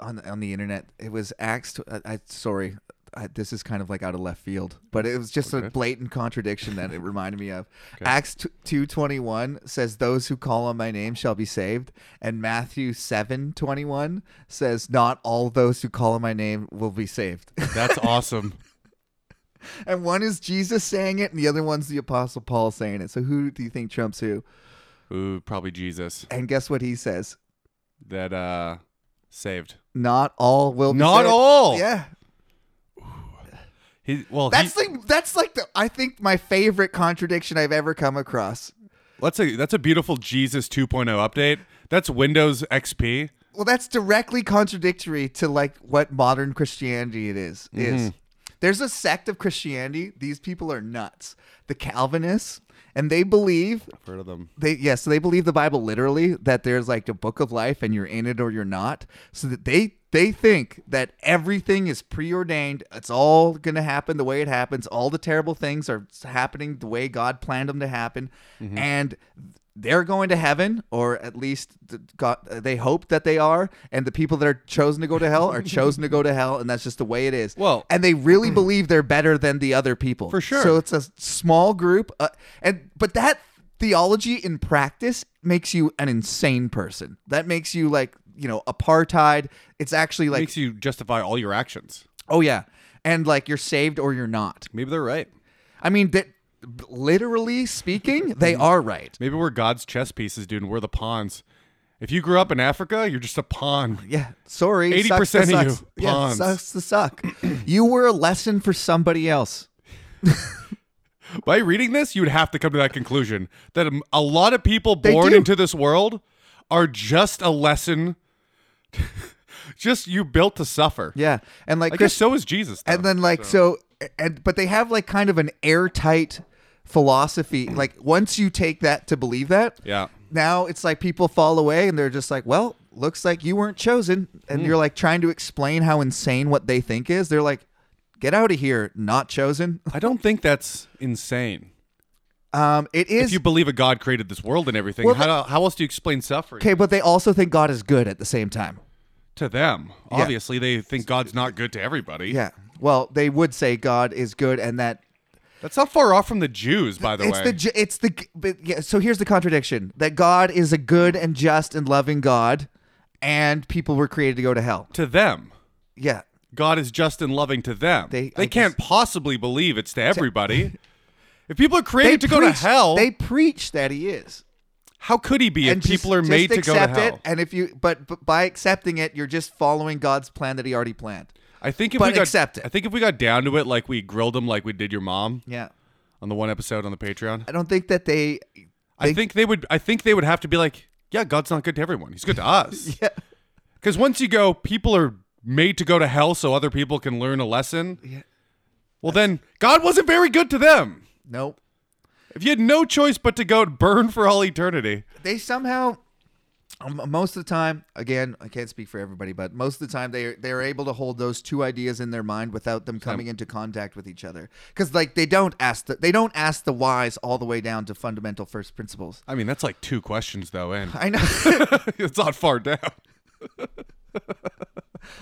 [SPEAKER 1] on on the internet. It was Acts. Tw- I, I sorry, I, this is kind of like out of left field, but it was just a blatant contradiction that it reminded me of. Acts t- two twenty one says, "Those who call on my name shall be saved," and Matthew seven twenty one says, "Not all those who call on my name will be saved."
[SPEAKER 2] That's awesome.
[SPEAKER 1] and one is Jesus saying it, and the other one's the Apostle Paul saying it. So who do you think trumps who?
[SPEAKER 2] Ooh, probably Jesus.
[SPEAKER 1] And guess what he says?
[SPEAKER 2] That uh, saved.
[SPEAKER 1] Not all will be
[SPEAKER 2] Not
[SPEAKER 1] saved.
[SPEAKER 2] all.
[SPEAKER 1] Yeah.
[SPEAKER 2] He well.
[SPEAKER 1] That's
[SPEAKER 2] he,
[SPEAKER 1] the that's like the I think my favorite contradiction I've ever come across.
[SPEAKER 2] that's a that's a beautiful Jesus 2.0 update. That's Windows XP.
[SPEAKER 1] Well, that's directly contradictory to like what modern Christianity it is-
[SPEAKER 2] Mm-hmm.
[SPEAKER 1] Is there's a sect of Christianity. These people are nuts. The Calvinists, and they believe
[SPEAKER 2] I've heard of them.
[SPEAKER 1] they yeah, so they believe the Bible literally that there's like the book of life and you're in it or you're not. So that they they think that everything is preordained. It's all going to happen the way it happens. All the terrible things are happening the way God planned them to happen.
[SPEAKER 2] Mm-hmm.
[SPEAKER 1] And they're going to heaven or at least th- God, uh, they hope that they are and the people that are chosen to go to hell are chosen to go to hell and that's just the way it is.
[SPEAKER 2] Well-
[SPEAKER 1] and they really believe they're better than the other people.
[SPEAKER 2] For sure.
[SPEAKER 1] So it's a small group, uh, and but that theology in practice makes you an insane person. That makes you like you know apartheid. It's actually like
[SPEAKER 2] Makes you justify all your actions.
[SPEAKER 1] oh yeah, and like you're saved or you're not.
[SPEAKER 2] Maybe they're right.
[SPEAKER 1] I mean that literally speaking, they are right.
[SPEAKER 2] Maybe we're God's chess pieces, dude, and we're the pawns. If you grew up in Africa, you're just a pawn.
[SPEAKER 1] Yeah, sorry.
[SPEAKER 2] 80%
[SPEAKER 1] sucks to
[SPEAKER 2] of you,
[SPEAKER 1] sucks. Yeah,
[SPEAKER 2] pawns.
[SPEAKER 1] sucks to suck. you were a lesson for somebody else.
[SPEAKER 2] By reading this, you would have to come to that conclusion that um, a lot of people born
[SPEAKER 1] do.
[SPEAKER 2] into this world are just a lesson. just you built to suffer.
[SPEAKER 1] Yeah, and like
[SPEAKER 2] I
[SPEAKER 1] Chris
[SPEAKER 2] guess so is Jesus. though.
[SPEAKER 1] and then like so. and but they have like kind of an airtight philosophy like once you take that to believe that
[SPEAKER 2] Mm. Yeah.
[SPEAKER 1] now it's like people fall away and they're just like well looks like you weren't chosen and
[SPEAKER 2] Mm.
[SPEAKER 1] you're like trying to explain how insane what they think is they're like get out of here not chosen
[SPEAKER 2] I don't think that's insane.
[SPEAKER 1] um it
[SPEAKER 2] If
[SPEAKER 1] is
[SPEAKER 2] you believe a God created this world and everything,
[SPEAKER 1] Well,
[SPEAKER 2] how, how else do you explain suffering
[SPEAKER 1] okay but they also think god is good at the same time
[SPEAKER 2] to them? Obviously, they think God's not good to everybody.
[SPEAKER 1] yeah well they would say god is good and that
[SPEAKER 2] That's not far off from the Jews, by the
[SPEAKER 1] it's
[SPEAKER 2] way.
[SPEAKER 1] the ju- it's the but yeah, so here's the contradiction that God is a good and just and loving God and people were created to go to hell.
[SPEAKER 2] to them.
[SPEAKER 1] yeah.
[SPEAKER 2] God is just and loving to them.
[SPEAKER 1] They-
[SPEAKER 2] They,
[SPEAKER 1] I
[SPEAKER 2] can't possibly believe it's to everybody. if people are
[SPEAKER 1] They
[SPEAKER 2] created to go to
[SPEAKER 1] preach-
[SPEAKER 2] hell,
[SPEAKER 1] They preach that he is.
[SPEAKER 2] how could he be if
[SPEAKER 1] just-
[SPEAKER 2] people are
[SPEAKER 1] just
[SPEAKER 2] made to go to
[SPEAKER 1] accept
[SPEAKER 2] hell?
[SPEAKER 1] It, and if you, but, but by accepting it, you're just following God's plan that He already planned.
[SPEAKER 2] I think if
[SPEAKER 1] but
[SPEAKER 2] we got,
[SPEAKER 1] accept it.
[SPEAKER 2] I think if we got down to it, like we grilled him, like we did your mom
[SPEAKER 1] Yeah,
[SPEAKER 2] on the one episode on the Patreon.
[SPEAKER 1] I don't think that they.
[SPEAKER 2] I think they would. I think they would have to be like, yeah, God's not good to everyone. He's good to us.
[SPEAKER 1] Yeah,
[SPEAKER 2] Because once you go, people are made to go to hell so other people can learn a lesson.
[SPEAKER 1] Yeah.
[SPEAKER 2] Well, then God wasn't very good to them.
[SPEAKER 1] nope.
[SPEAKER 2] If you had no choice but to go and burn for all eternity,
[SPEAKER 1] They somehow, um, most of the time, again, I can't speak for everybody, but most of the time they they are able to hold those two ideas in their mind without them coming into contact with each other. Because like they don't ask the they don't ask the whys all the way down to fundamental first principles.
[SPEAKER 2] I mean that's like two questions though, and
[SPEAKER 1] I know.
[SPEAKER 2] it's not far down.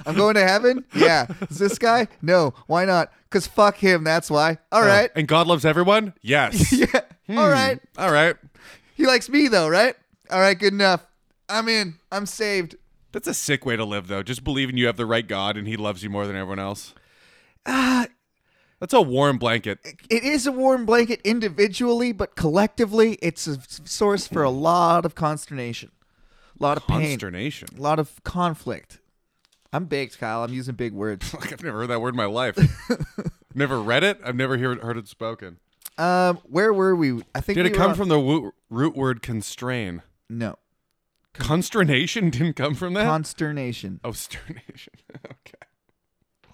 [SPEAKER 1] I'm going to heaven. Yeah. Is this guy? No. Why not? Cause fuck him. That's why. All right.
[SPEAKER 2] And God loves everyone. Yes.
[SPEAKER 1] Yeah. All right.
[SPEAKER 2] All right.
[SPEAKER 1] He likes me though, right? All right, good enough. I'm in. I'm saved.
[SPEAKER 2] That's a sick way to live though. Just believing you have the right God and He loves you more than everyone else.
[SPEAKER 1] Uh,
[SPEAKER 2] That's a warm blanket.
[SPEAKER 1] It is a warm blanket individually, but collectively, it's a s- source for a lot of consternation, a lot of pain,
[SPEAKER 2] Consternation.
[SPEAKER 1] a lot of conflict. I'm baked, Kyle. I'm using big words.
[SPEAKER 2] Like I've never heard that word in my life. never read it. I've never hear, heard it spoken.
[SPEAKER 1] Um, where were we? I think
[SPEAKER 2] Did
[SPEAKER 1] we
[SPEAKER 2] it
[SPEAKER 1] were
[SPEAKER 2] come
[SPEAKER 1] on-
[SPEAKER 2] from the wo- root word constrain?
[SPEAKER 1] no
[SPEAKER 2] Consternation didn't come from that.
[SPEAKER 1] consternation.
[SPEAKER 2] oh, sternation. okay.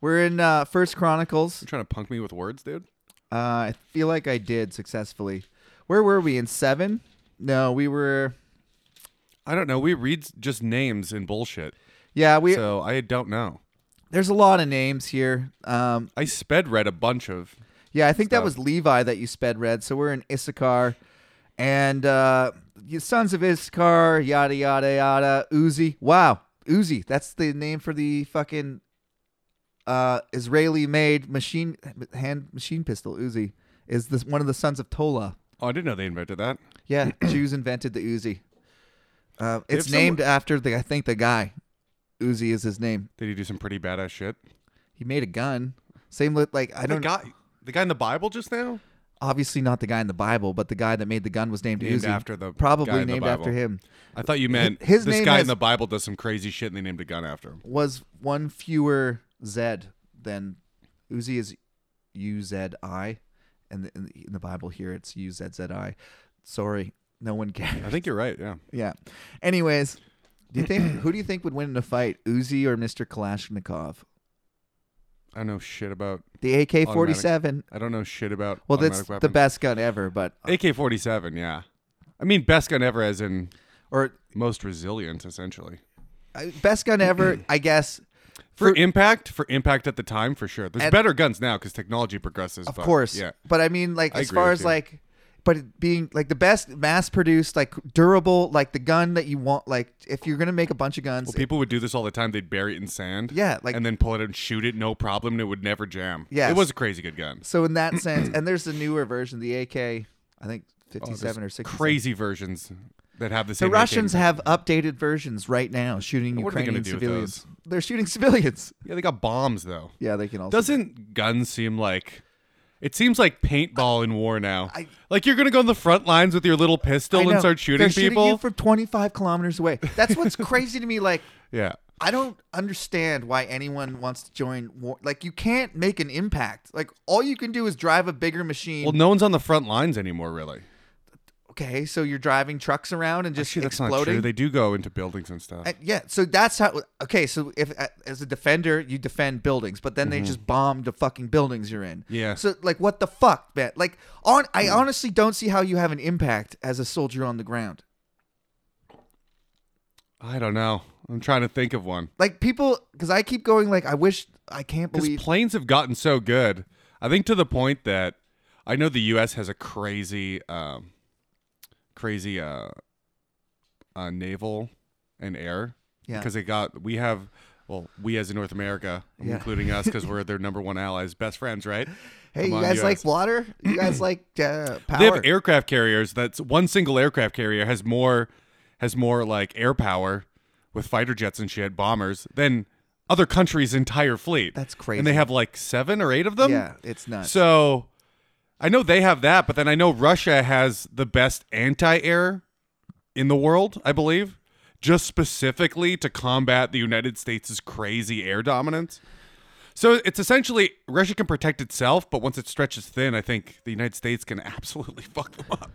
[SPEAKER 1] We're in uh, First Chronicles.
[SPEAKER 2] You trying to punk me with words, dude?
[SPEAKER 1] Uh, I feel like I did successfully. Where were we in seven? No, we were.
[SPEAKER 2] I don't know. We read just names and bullshit,
[SPEAKER 1] Yeah, we.
[SPEAKER 2] so I don't know.
[SPEAKER 1] There's a lot of names here. Um,
[SPEAKER 2] I sped read a bunch of.
[SPEAKER 1] Yeah, I think that was Levi that you sped read. So we're in Issachar, and uh, you- sons of Issachar, yada yada yada. Uzi, wow, Uzi, that's the name for the fucking uh, Israeli-made machine hand machine pistol. Uzi is this one of the sons of Tola.
[SPEAKER 2] Oh, I didn't know they invented that.
[SPEAKER 1] Yeah, Jews invented the Uzi. Uh,
[SPEAKER 2] If
[SPEAKER 1] it's
[SPEAKER 2] someone-
[SPEAKER 1] named after the I think the guy. Uzi is his name.
[SPEAKER 2] Did he do some pretty badass shit?
[SPEAKER 1] He made a gun. Same with like I
[SPEAKER 2] The
[SPEAKER 1] don't
[SPEAKER 2] guy, the guy in the Bible just now.
[SPEAKER 1] obviously not the guy in the Bible, but the guy that made the gun was named,
[SPEAKER 2] Named
[SPEAKER 1] Uzi.
[SPEAKER 2] after the
[SPEAKER 1] probably
[SPEAKER 2] guy in the
[SPEAKER 1] named after
[SPEAKER 2] Bible.
[SPEAKER 1] him
[SPEAKER 2] I thought you meant
[SPEAKER 1] his
[SPEAKER 2] this
[SPEAKER 1] name
[SPEAKER 2] guy
[SPEAKER 1] has-
[SPEAKER 2] in the Bible does some crazy shit and they named a gun after him.
[SPEAKER 1] was one fewer Z than Uzi is U Z I, and the- in the, in the Bible here it's U Z Z I. Sorry, no one
[SPEAKER 2] I
[SPEAKER 1] cares.
[SPEAKER 2] think you're right. Yeah.
[SPEAKER 1] yeah. Anyways, do you think who do you think would win in a fight, Uzi or Mister Kalashnikov?
[SPEAKER 2] I know shit about.
[SPEAKER 1] The AK forty seven.
[SPEAKER 2] I don't know shit about.
[SPEAKER 1] Well, that's
[SPEAKER 2] automatic
[SPEAKER 1] the
[SPEAKER 2] weapons.
[SPEAKER 1] best gun ever, but
[SPEAKER 2] AK-47, yeah. I mean, best gun ever, as in
[SPEAKER 1] or
[SPEAKER 2] most resilient, essentially.
[SPEAKER 1] uh, best gun ever, I guess.
[SPEAKER 2] For,
[SPEAKER 1] For-
[SPEAKER 2] impact, for impact at the time, for sure. There's
[SPEAKER 1] And-
[SPEAKER 2] better guns now because technology progresses.
[SPEAKER 1] Of course.
[SPEAKER 2] Yeah.
[SPEAKER 1] But I mean, like,
[SPEAKER 2] I
[SPEAKER 1] as
[SPEAKER 2] agree
[SPEAKER 1] far as
[SPEAKER 2] with you.
[SPEAKER 1] like, but it being like the best mass produced, like durable, like the gun that you want, like, if you're going to make a bunch of guns,
[SPEAKER 2] Well, people would do this all the time. They'd bury it in sand.
[SPEAKER 1] Yeah, like-
[SPEAKER 2] and then pull it out and shoot it, no problem, and it would never jam.
[SPEAKER 1] Yes.
[SPEAKER 2] It was a crazy good gun.
[SPEAKER 1] so in that sense, and there's the newer version, the AK, I think 57 or 60.
[SPEAKER 2] Oh, Crazy versions that have the
[SPEAKER 1] The
[SPEAKER 2] same.
[SPEAKER 1] Russians
[SPEAKER 2] AK.
[SPEAKER 1] have updated versions right now shooting
[SPEAKER 2] What are they
[SPEAKER 1] Ukrainian
[SPEAKER 2] gonna do with
[SPEAKER 1] civilians. They're shooting civilians.
[SPEAKER 2] Yeah, they got bombs though.
[SPEAKER 1] Yeah, they can also.
[SPEAKER 2] Doesn't guns seem like? It seems like paintball in war now.
[SPEAKER 1] I-
[SPEAKER 2] like you're gonna go on the front lines with your little
[SPEAKER 1] I
[SPEAKER 2] pistol and
[SPEAKER 1] know.
[SPEAKER 2] start shooting
[SPEAKER 1] They're
[SPEAKER 2] people.
[SPEAKER 1] Shooting you from 25 kilometers away. That's what's crazy to me. Like,
[SPEAKER 2] yeah.
[SPEAKER 1] I don't understand why anyone wants to join war. Like you can't make an impact. Like all you can do is drive a bigger machine.
[SPEAKER 2] Well, no one's on the front lines anymore, really.
[SPEAKER 1] okay, so you're driving trucks around and just
[SPEAKER 2] Actually, that's not
[SPEAKER 1] exploding.
[SPEAKER 2] true. They do go into buildings and stuff.
[SPEAKER 1] Uh, yeah, so that's how. Okay, so if uh, as a defender you defend buildings, but then they just bomb the fucking buildings you're in.
[SPEAKER 2] Mm-hmm. Yeah. Mm.
[SPEAKER 1] So like, what the fuck, man? Like, on I honestly don't see how you have an impact as a soldier on the ground.
[SPEAKER 2] I don't know. I'm trying to think of one.
[SPEAKER 1] Like people, because I keep going. Like I wish I can't
[SPEAKER 2] Because
[SPEAKER 1] believe.
[SPEAKER 2] planes have gotten so good, I think to the point that I know the U.S. has a crazy, um, crazy uh, uh, naval and air.
[SPEAKER 1] Yeah.
[SPEAKER 2] Because they got we have. Well, we as in North America,
[SPEAKER 1] Yeah.
[SPEAKER 2] including us, because we're their number one allies, best friends, right?
[SPEAKER 1] hey, you
[SPEAKER 2] among
[SPEAKER 1] guys
[SPEAKER 2] US.
[SPEAKER 1] like water? You guys like uh, power?
[SPEAKER 2] They have aircraft carriers. That's one single aircraft carrier has more has more like air power with fighter jets and shit, bombers than other countries' entire fleet.
[SPEAKER 1] That's crazy.
[SPEAKER 2] And they have like seven or eight of them.
[SPEAKER 1] yeah, it's nuts.
[SPEAKER 2] So I know they have that, but then I know Russia has the best anti air in the world, I believe, just specifically to combat the United States' crazy air dominance. So it's essentially Russia can protect itself, but once it stretches thin, I think the United States can absolutely fuck them up.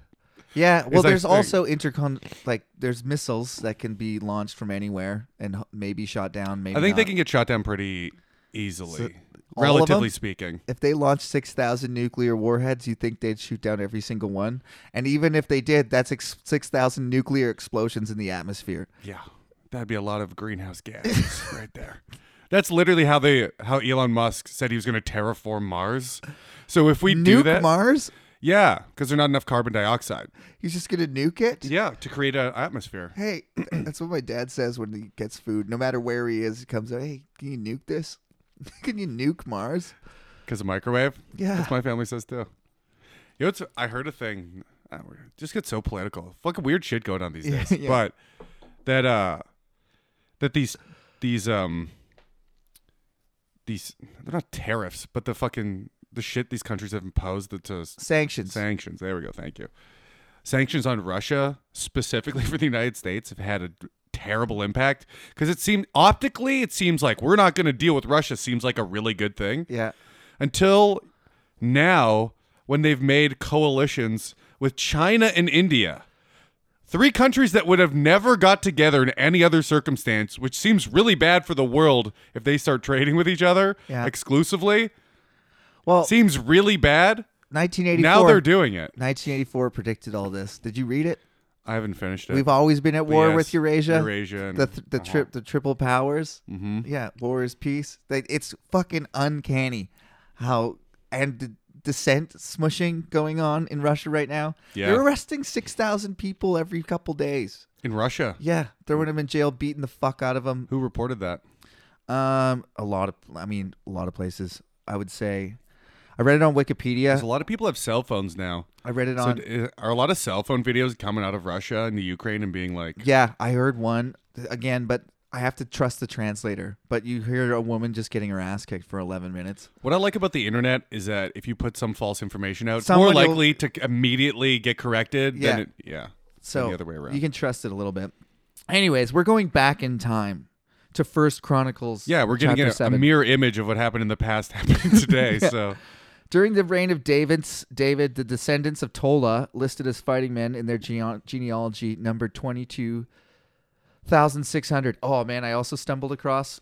[SPEAKER 1] yeah, well,
[SPEAKER 2] I
[SPEAKER 1] there's
[SPEAKER 2] think-
[SPEAKER 1] also intercon like there's missiles that can be launched from anywhere and h- maybe shot down. Maybe
[SPEAKER 2] I think they
[SPEAKER 1] not.
[SPEAKER 2] can get shot down pretty easily,
[SPEAKER 1] all of
[SPEAKER 2] relatively
[SPEAKER 1] them?
[SPEAKER 2] speaking.
[SPEAKER 1] If they launched six thousand nuclear warheads, you think they'd shoot down every single one? And even if they did, that's ex- six thousand nuclear explosions in the atmosphere.
[SPEAKER 2] Yeah, that'd be a lot of greenhouse gases right there. That's literally how they how Elon Musk said he was going to terraform Mars. So if we do
[SPEAKER 1] Nuke
[SPEAKER 2] that,
[SPEAKER 1] Mars?
[SPEAKER 2] yeah, because there's not enough carbon dioxide.
[SPEAKER 1] He's just gonna nuke it?
[SPEAKER 2] Yeah, to create an atmosphere.
[SPEAKER 1] Hey, that's what my dad says when he gets food. No matter where he is, he comes out. Hey, can you nuke this? can you nuke Mars?
[SPEAKER 2] Because a microwave?
[SPEAKER 1] Yeah.
[SPEAKER 2] That's what my family says too. You know, it's, I heard a thing. I don't know, just get so political. Fucking weird shit going on these
[SPEAKER 1] Yeah,
[SPEAKER 2] days.
[SPEAKER 1] yeah.
[SPEAKER 2] But that uh that these these um these they're not tariffs, but the fucking the shit these countries have imposed that to s-
[SPEAKER 1] Sanctions.
[SPEAKER 2] sanctions. There we go. Thank you. Sanctions on Russia, specifically for the United States, have had a d- terrible impact because it seemed optically it seems like we're not going to deal with Russia seems like a really good thing
[SPEAKER 1] yeah.
[SPEAKER 2] until now when they've made coalitions with China and India. Three countries that would have never got together in any other circumstance, which seems really bad for the world if they start trading with each other
[SPEAKER 1] Yeah.
[SPEAKER 2] exclusively.
[SPEAKER 1] Well,
[SPEAKER 2] Seems really bad.
[SPEAKER 1] 1984.
[SPEAKER 2] Now they're doing it.
[SPEAKER 1] 1984 predicted all this. Did you read it?
[SPEAKER 2] I haven't finished it.
[SPEAKER 1] We've always been at war
[SPEAKER 2] yes,
[SPEAKER 1] with Eurasia.
[SPEAKER 2] Eurasia and- uh-huh.
[SPEAKER 1] The th- the trip the triple powers. Mm-hmm. Yeah, war is peace. They, it's fucking uncanny how and the dissent smushing going on in Russia right now.
[SPEAKER 2] Yeah.
[SPEAKER 1] They're arresting 6,000 people every couple days.
[SPEAKER 2] in Russia.
[SPEAKER 1] Yeah, throwing them in jail, beating the fuck out of them.
[SPEAKER 2] Who reported that?
[SPEAKER 1] Um, a lot of, I mean, a lot of places. I would say, I read it on
[SPEAKER 2] Because a
[SPEAKER 1] Wikipedia.
[SPEAKER 2] lot of people have cell phones now.
[SPEAKER 1] I read it
[SPEAKER 2] So
[SPEAKER 1] on.
[SPEAKER 2] d- are a lot of cell phone videos coming out of Russia and the Ukraine and being like,
[SPEAKER 1] yeah, I heard one again, but I have to trust the translator. But you hear a woman just getting her ass kicked for 11 minutes.
[SPEAKER 2] What I like about the internet is that if you put some false information out, it's
[SPEAKER 1] Someone
[SPEAKER 2] more
[SPEAKER 1] will-
[SPEAKER 2] likely to immediately get corrected
[SPEAKER 1] Yeah.
[SPEAKER 2] than it, yeah.
[SPEAKER 1] So
[SPEAKER 2] the other way around.
[SPEAKER 1] you can trust it a little bit. Anyways, we're going back in time to First Chronicles.
[SPEAKER 2] yeah, we're going to
[SPEAKER 1] chapter
[SPEAKER 2] get a,
[SPEAKER 1] seven.
[SPEAKER 2] mirror image of what happened in the past happening today. So
[SPEAKER 1] During the reign of David's David, the descendants of Tola, listed as fighting men in their gene- genealogy, numbered twenty two thousand six hundred. Oh man, I also stumbled across.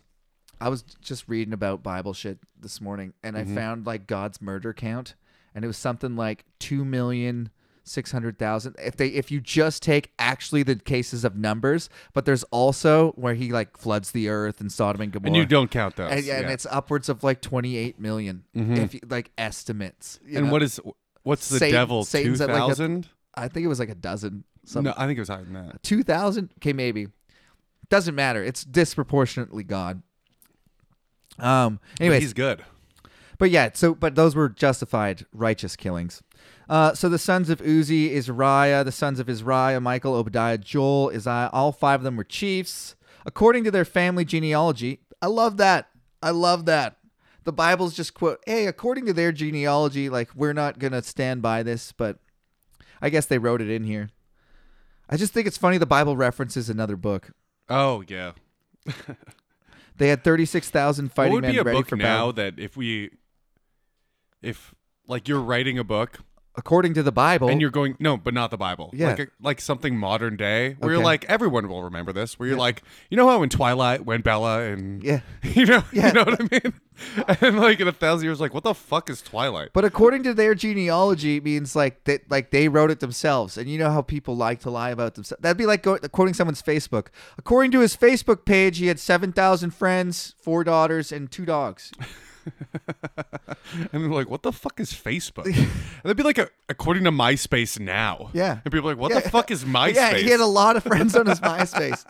[SPEAKER 1] I was just reading about Bible shit this morning, and I found like God's murder count, and it was something like two million six hundred thousand. If they, if you just take actually the cases of numbers, but there's also where he like floods the earth and Sodom and Gomorrah
[SPEAKER 2] and you don't count those.
[SPEAKER 1] and, yeah, and
[SPEAKER 2] yeah. Mm-hmm.
[SPEAKER 1] it's upwards of like 28 million, if you, like estimates you
[SPEAKER 2] And
[SPEAKER 1] know?
[SPEAKER 2] what is what's the
[SPEAKER 1] Satan-
[SPEAKER 2] devil two
[SPEAKER 1] Satan's at like a-
[SPEAKER 2] thousand?
[SPEAKER 1] i think it was like a dozen some
[SPEAKER 2] No, I think it was higher than that.
[SPEAKER 1] 2000 okay maybe doesn't matter it's disproportionately god um anyways
[SPEAKER 2] he's good.
[SPEAKER 1] But yeah, so but those were justified righteous killings. Uh, so the sons of Uzi, Israiah, the sons of Israiah, Michael, Obadiah, Joel, Isaiah, all five of them were chiefs. According to their family genealogy, I love that. I love that. The Bible's just quote, hey, according to their genealogy, like we're not gonna stand by this, but I guess they wrote it in here. I just think it's funny the Bible references another book.
[SPEAKER 2] Oh yeah.
[SPEAKER 1] They had thirty six thousand fighting
[SPEAKER 2] what would
[SPEAKER 1] men
[SPEAKER 2] be a
[SPEAKER 1] ready
[SPEAKER 2] book
[SPEAKER 1] for battle.
[SPEAKER 2] now that if we if like you're writing a book
[SPEAKER 1] According to the Bible,
[SPEAKER 2] and you're going no, but not the Bible.
[SPEAKER 1] Yeah.
[SPEAKER 2] like a, like something modern day where
[SPEAKER 1] Okay.
[SPEAKER 2] you're like everyone will remember this. Where you're like, you know how in Twilight when Bella and
[SPEAKER 1] Yeah.
[SPEAKER 2] you know,
[SPEAKER 1] Yeah.
[SPEAKER 2] you know what I mean. And like in a thousand years, like what the fuck is Twilight?
[SPEAKER 1] But according to their genealogy, it means like that, like they wrote it themselves. And you know how people like to lie about themselves. That'd be like go- quoting someone's Facebook. According to his Facebook page, he had seven thousand friends, four daughters, and two dogs.
[SPEAKER 2] And they're like, what the fuck is Facebook? and that'd be like a, according to MySpace now.
[SPEAKER 1] Yeah.
[SPEAKER 2] and people are like, what
[SPEAKER 1] Yeah.
[SPEAKER 2] the fuck is MySpace?
[SPEAKER 1] yeah, he had a lot of friends on his MySpace.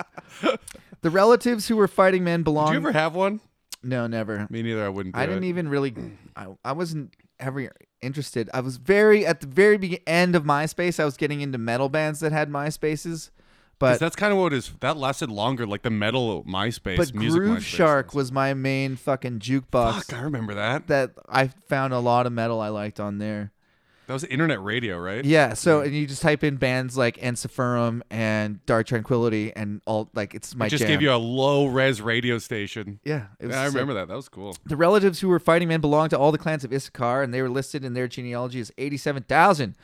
[SPEAKER 1] the relatives who were fighting men
[SPEAKER 2] Did
[SPEAKER 1] belonged.
[SPEAKER 2] you ever have one?
[SPEAKER 1] no, never.
[SPEAKER 2] Me neither. I wouldn't. Do
[SPEAKER 1] I didn't
[SPEAKER 2] it.
[SPEAKER 1] even really. I, I wasn't ever interested. I was very at the very be- end of MySpace. I was getting into metal bands that had MySpaces, But
[SPEAKER 2] 'Cause that's kind of what it is. That lasted longer, like the metal MySpace
[SPEAKER 1] but
[SPEAKER 2] music.
[SPEAKER 1] Groove
[SPEAKER 2] MySpace.
[SPEAKER 1] Shark was my main fucking jukebox
[SPEAKER 2] Fuck, I remember that.
[SPEAKER 1] that I found a lot of metal I liked on there.
[SPEAKER 2] That was internet radio, right?
[SPEAKER 1] Yeah, so and you just type in bands like Ensiferum and Dark Tranquility and all like it's my
[SPEAKER 2] It just
[SPEAKER 1] jam.
[SPEAKER 2] gave you a low res radio station.
[SPEAKER 1] yeah, it was
[SPEAKER 2] Yeah, I
[SPEAKER 1] sick.
[SPEAKER 2] remember that. That was cool.
[SPEAKER 1] The relatives who were fighting men belonged to all the clans of Issachar, and they were listed in their genealogy as 87,000.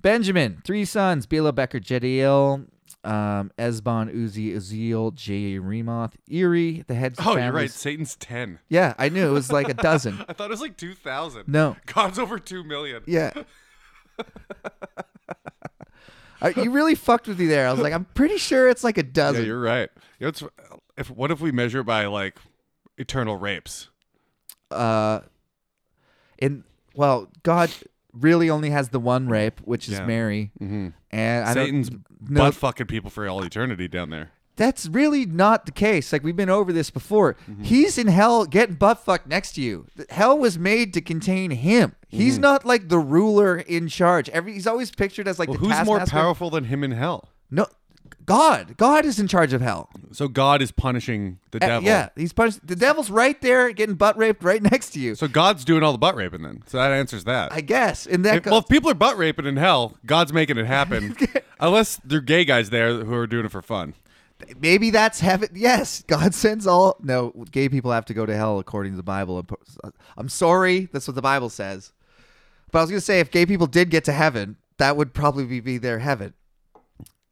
[SPEAKER 1] Benjamin, three sons, Bela, Becker, Jediel, um, Esbon, Uzi, Uziel, J. Remoth, Eri, the heads of
[SPEAKER 2] Oh, you're right.
[SPEAKER 1] families-
[SPEAKER 2] Satan's 10.
[SPEAKER 1] Yeah, I knew. It was like a dozen.
[SPEAKER 2] I thought it was like 2,000.
[SPEAKER 1] No.
[SPEAKER 2] God's over 2 million.
[SPEAKER 1] Yeah. Uh, you really fucked with me there. I was like, I'm pretty sure it's like a
[SPEAKER 2] Yeah,
[SPEAKER 1] dozen.
[SPEAKER 2] you're right. You know, it's, if What if we measure by like eternal rapes?
[SPEAKER 1] uh, in well, God really only has the one rape, which is
[SPEAKER 2] Yeah.
[SPEAKER 1] Mary, and I
[SPEAKER 2] Satan's
[SPEAKER 1] don't, no,
[SPEAKER 2] butt fucking people for all eternity down there.
[SPEAKER 1] that's really not the case. Like we've been over this before.
[SPEAKER 2] Mm-hmm.
[SPEAKER 1] He's in hell getting butt fucked next to you. The- Hell was made to contain him.
[SPEAKER 2] Mm-hmm.
[SPEAKER 1] He's not like the ruler in charge. Every he's always pictured as like
[SPEAKER 2] Well,
[SPEAKER 1] the
[SPEAKER 2] who's more
[SPEAKER 1] taskmaster.
[SPEAKER 2] powerful than him in hell?
[SPEAKER 1] No, God. God is in charge of hell.
[SPEAKER 2] So God is punishing the
[SPEAKER 1] Uh,
[SPEAKER 2] devil.
[SPEAKER 1] Yeah, he's punished. The devil's right there getting butt raped right next to you.
[SPEAKER 2] So God's doing all the butt raping then. So that answers that.
[SPEAKER 1] I guess. And that
[SPEAKER 2] If- well, if people are butt raping in hell, God's making it happen. Unless they're gay guys there who are doing it for fun.
[SPEAKER 1] maybe that's heaven. Yes, God sends all. No, gay people have to go to hell according to the Bible. I'm- uh, I'm sorry, that's what the Bible says. But I was gonna say, if gay people did get to heaven, that would probably be, be their heaven.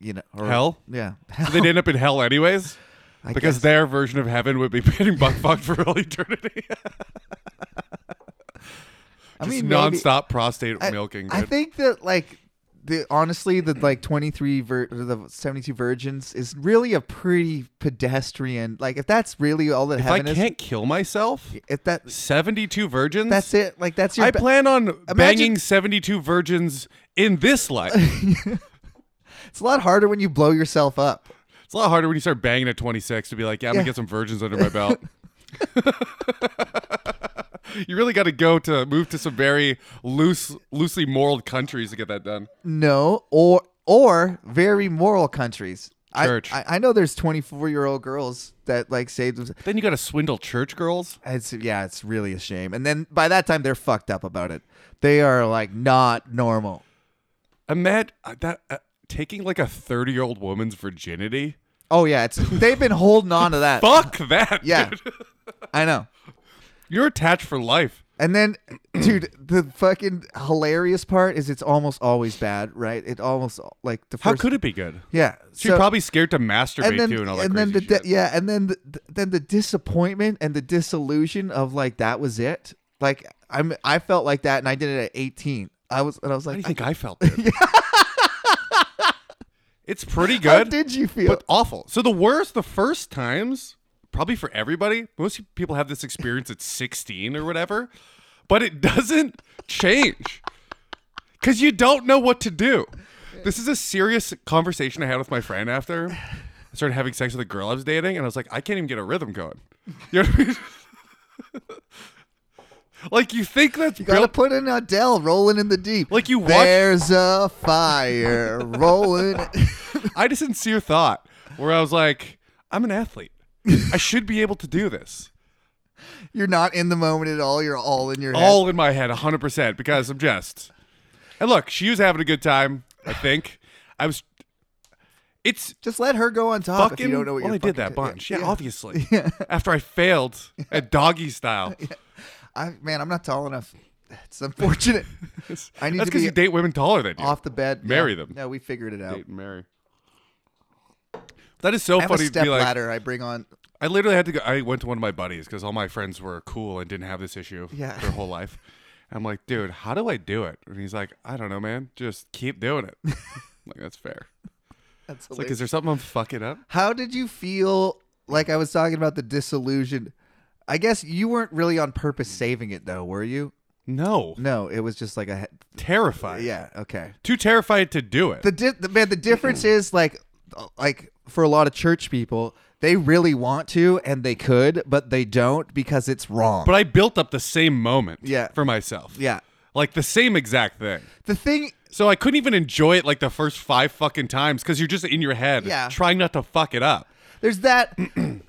[SPEAKER 1] You know, or-
[SPEAKER 2] Hell?
[SPEAKER 1] Yeah,
[SPEAKER 2] So they'd end up in hell anyways.
[SPEAKER 1] I
[SPEAKER 2] because
[SPEAKER 1] guess.
[SPEAKER 2] their version of heaven would be getting butt fucked for all eternity.
[SPEAKER 1] I
[SPEAKER 2] Just
[SPEAKER 1] mean, maybe-
[SPEAKER 2] nonstop prostate
[SPEAKER 1] I-
[SPEAKER 2] milking.
[SPEAKER 1] I
[SPEAKER 2] dude.
[SPEAKER 1] think that like the honestly the like 23 vir- or the 72 virgins is really a pretty pedestrian. Like if that's really all that
[SPEAKER 2] if I
[SPEAKER 1] heaven is,
[SPEAKER 2] can't kill myself,
[SPEAKER 1] if that
[SPEAKER 2] 72 virgins?
[SPEAKER 1] that's it. Like that's your
[SPEAKER 2] I
[SPEAKER 1] be-
[SPEAKER 2] plan on banging 72 virgins in this life.
[SPEAKER 1] It's a lot harder when you blow yourself up.
[SPEAKER 2] It's a lot harder when you start banging at 26 to be like, yeah, I'm going
[SPEAKER 1] Yeah.
[SPEAKER 2] to get some virgins under my belt. you really got to go to move to some very loose, loosely moral countries to get that done.
[SPEAKER 1] No, or or very moral countries. I-
[SPEAKER 2] Church.
[SPEAKER 1] I, I know there's 24 year old girls that like saved them.
[SPEAKER 2] Then you got to swindle church girls.
[SPEAKER 1] It's yeah, it's really a shame. And then by that time they're fucked up about it. They are like not normal.
[SPEAKER 2] I met uh, that uh, taking like a 30 year old woman's virginity.
[SPEAKER 1] Oh yeah, it's they've been holding on to that.
[SPEAKER 2] Fuck that.
[SPEAKER 1] Yeah,
[SPEAKER 2] dude.
[SPEAKER 1] I know.
[SPEAKER 2] You're attached for life.
[SPEAKER 1] And then, dude, the fucking hilarious part is it's almost always bad, right? It almost like the first.
[SPEAKER 2] How could it be good?
[SPEAKER 1] yeah?
[SPEAKER 2] She's
[SPEAKER 1] so-
[SPEAKER 2] probably scared to masturbate
[SPEAKER 1] and then,
[SPEAKER 2] too and all that
[SPEAKER 1] and then the
[SPEAKER 2] crazy
[SPEAKER 1] di-
[SPEAKER 2] shit.
[SPEAKER 1] yeah, and then the, the- then the disappointment and the disillusion of like that was it. Like I'm, I felt like that, and I did it at 18. I was, and I was
[SPEAKER 2] How do
[SPEAKER 1] like,
[SPEAKER 2] you think I felt? dude? it's pretty
[SPEAKER 1] how
[SPEAKER 2] good.
[SPEAKER 1] did you feel?
[SPEAKER 2] but awful. So the worst, the first times, probably for everybody. Most people have this experience at 16 or whatever, but it doesn't change because you don't know what to do. This is a serious conversation I had with my friend after I started having sex with a girl I was dating, and I was like, I can't even get a rhythm going. You know what I mean? like you think that's
[SPEAKER 1] you gotta
[SPEAKER 2] built-
[SPEAKER 1] put in Adele rolling in the deep.
[SPEAKER 2] Like you watch-
[SPEAKER 1] There's a fire rolling.
[SPEAKER 2] I had a sincere thought where I was like, I'm an athlete. I should be able to do this.
[SPEAKER 1] You're not in the moment at all. You're all in your head.
[SPEAKER 2] all in my head 100% because I'm just. And look, she was having a good time, I think. I was. It's
[SPEAKER 1] Just let her go on top
[SPEAKER 2] fucking.
[SPEAKER 1] if Oh, you don't know what
[SPEAKER 2] well,
[SPEAKER 1] you're
[SPEAKER 2] I did that
[SPEAKER 1] fucking-
[SPEAKER 2] bunch. Yeah, obviously. After I failed at doggy style.
[SPEAKER 1] I, man, I'm not tall enough. It's unfortunate. I need
[SPEAKER 2] That's
[SPEAKER 1] to be
[SPEAKER 2] because you date women taller than you.
[SPEAKER 1] off the bed. Yeah.
[SPEAKER 2] Marry them.
[SPEAKER 1] No, we figured it out.
[SPEAKER 2] Date and marry. That is so
[SPEAKER 1] I have
[SPEAKER 2] funny
[SPEAKER 1] a
[SPEAKER 2] to
[SPEAKER 1] step
[SPEAKER 2] be like.
[SPEAKER 1] ladder I bring on.
[SPEAKER 2] I literally had to go. I went to one of my buddies because all my friends were cool and didn't have this issue
[SPEAKER 1] Yeah.
[SPEAKER 2] their whole life. I'm like, dude, how do I do it? And he's like, I don't know, man. Just keep doing it. I'm like, that's fair.
[SPEAKER 1] That's
[SPEAKER 2] It's like,
[SPEAKER 1] hilarious.
[SPEAKER 2] is there something I'm fucking up?
[SPEAKER 1] How did you feel? Like I was talking about the disillusion. I guess you weren't really on purpose saving it though, were you?
[SPEAKER 2] No.
[SPEAKER 1] No, it was just like a he-
[SPEAKER 2] Terrified.
[SPEAKER 1] yeah. Okay.
[SPEAKER 2] Too terrified to do it.
[SPEAKER 1] The, di- the man, the difference is like, like for a lot of church people, they really want to and they could, but they don't because it's wrong.
[SPEAKER 2] but I built up the same moment
[SPEAKER 1] Yeah.
[SPEAKER 2] for myself.
[SPEAKER 1] yeah.
[SPEAKER 2] Like the same exact thing.
[SPEAKER 1] The thing.
[SPEAKER 2] So I couldn't even enjoy it like the first five fucking times because you're just in your head
[SPEAKER 1] Yeah.
[SPEAKER 2] trying not to fuck it up.
[SPEAKER 1] There's that.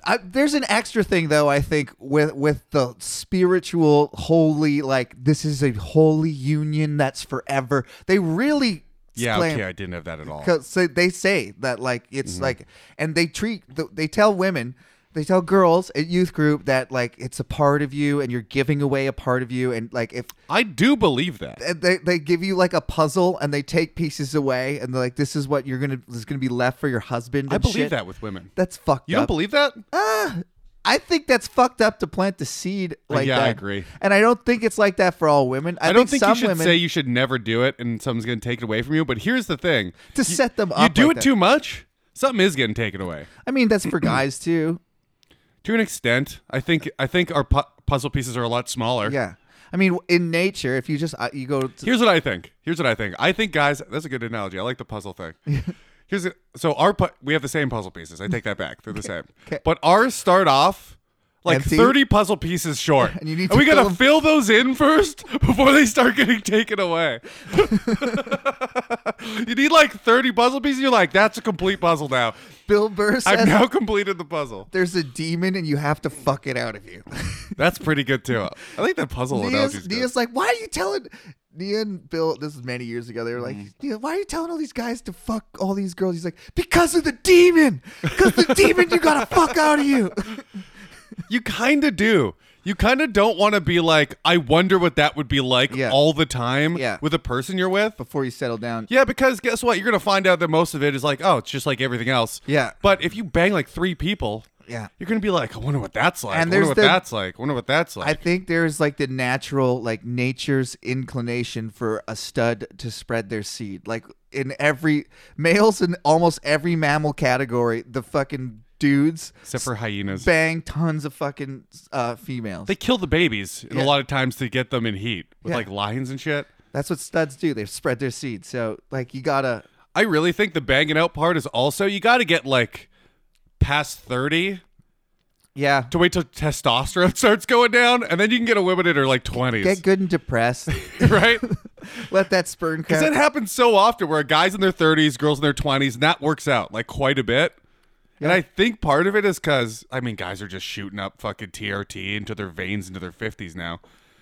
[SPEAKER 1] I, there's an extra thing though. I think with with the spiritual holy, like this is a holy union that's forever. They really
[SPEAKER 2] Yeah,
[SPEAKER 1] explain-
[SPEAKER 2] okay, I Mm-hmm. didn't have that at all.
[SPEAKER 1] Cause so they say that like it's like, and they treat the, they tell women, they tell girls at youth group that like it's a part of you, and you're giving away a part of you, and like if
[SPEAKER 2] I do believe that.
[SPEAKER 1] and they they give you like a puzzle and they take pieces away, and they're like this is what you're gonna this is gonna be left for your husband.
[SPEAKER 2] I
[SPEAKER 1] and
[SPEAKER 2] believe
[SPEAKER 1] shit.
[SPEAKER 2] that with women.
[SPEAKER 1] That's fucked
[SPEAKER 2] You
[SPEAKER 1] up.
[SPEAKER 2] don't believe that?
[SPEAKER 1] I think that's fucked up to plant the seed like
[SPEAKER 2] Uh, yeah, I
[SPEAKER 1] that.
[SPEAKER 2] agree.
[SPEAKER 1] And I don't think it's like that for all women. I,
[SPEAKER 2] I don't think,
[SPEAKER 1] some
[SPEAKER 2] you should
[SPEAKER 1] women
[SPEAKER 2] say you should never do it and something's going to take it away from you. But here's the thing
[SPEAKER 1] to set them up.
[SPEAKER 2] you do
[SPEAKER 1] like
[SPEAKER 2] it
[SPEAKER 1] that.
[SPEAKER 2] too much, something is getting taken away.
[SPEAKER 1] I mean, that's for guys too.
[SPEAKER 2] To an extent, I think I think our pu- puzzle pieces are a lot smaller.
[SPEAKER 1] Yeah. I mean, in nature, if you just uh, you go to,
[SPEAKER 2] Here's what I think. Here's what I think. I think guys, that's a good analogy. I like the puzzle thing. Here's a, so our pu- we have the same puzzle pieces. I take that back. They're the same.
[SPEAKER 1] okay.
[SPEAKER 2] But ours start off like
[SPEAKER 1] Empty?
[SPEAKER 2] 30 puzzle pieces short.
[SPEAKER 1] And you need to
[SPEAKER 2] we got
[SPEAKER 1] fill
[SPEAKER 2] to
[SPEAKER 1] 'em-
[SPEAKER 2] fill those in first before they start getting taken away. you need like 30 puzzle pieces. You're like, that's a complete puzzle now.
[SPEAKER 1] Bill Burr says
[SPEAKER 2] I've now completed the puzzle.
[SPEAKER 1] there's a demon and you have to fuck it out of you.
[SPEAKER 2] That's pretty good too. I think that puzzle analogy
[SPEAKER 1] Nia's, Nia's like, why are you telling Nia and Bill? This was many years ago. They were
[SPEAKER 2] Mm.
[SPEAKER 1] like, Nia, why are you telling all these guys to fuck all these girls? He's like, because of the demon, because the demon you gotta fuck out of you.
[SPEAKER 2] You kind of do. You kind of don't want to be like, I wonder what that would be like
[SPEAKER 1] Yeah.
[SPEAKER 2] all the time
[SPEAKER 1] Yeah.
[SPEAKER 2] with a person you're with.
[SPEAKER 1] Before you settle down,
[SPEAKER 2] Yeah, because guess what? You're going to find out that most of it is like, oh, it's just like everything else.
[SPEAKER 1] Yeah.
[SPEAKER 2] But if you bang like three people,
[SPEAKER 1] Yeah.
[SPEAKER 2] you're going to be like, I wonder what that's like.
[SPEAKER 1] And
[SPEAKER 2] I wonder
[SPEAKER 1] there's
[SPEAKER 2] what
[SPEAKER 1] the-
[SPEAKER 2] that's like. I wonder what that's
[SPEAKER 1] I
[SPEAKER 2] like.
[SPEAKER 1] think there's like the natural, like nature's inclination for a stud to spread their seed. Like in every males in almost every mammal category, the fucking dudes
[SPEAKER 2] Except for hyenas.
[SPEAKER 1] bang tons of fucking uh, females.
[SPEAKER 2] they kill the babies and
[SPEAKER 1] Yeah.
[SPEAKER 2] a lot of times to get them in heat with
[SPEAKER 1] Yeah.
[SPEAKER 2] like lions and shit.
[SPEAKER 1] That's what studs do. They spread their seed. So like you gotta
[SPEAKER 2] I really think the banging out part is also, you got to get like past 30
[SPEAKER 1] yeah
[SPEAKER 2] to wait till testosterone starts going down, and then you can get a women that are like 20s.
[SPEAKER 1] get good and depressed.
[SPEAKER 2] right?
[SPEAKER 1] Let that sperm
[SPEAKER 2] Because
[SPEAKER 1] count.
[SPEAKER 2] that happens so often where guys in their 30s, girls in their 20s, and that works out like quite a bit. And I think part of it is because, I mean, guys are just shooting up fucking TRT into their veins into their 50s now.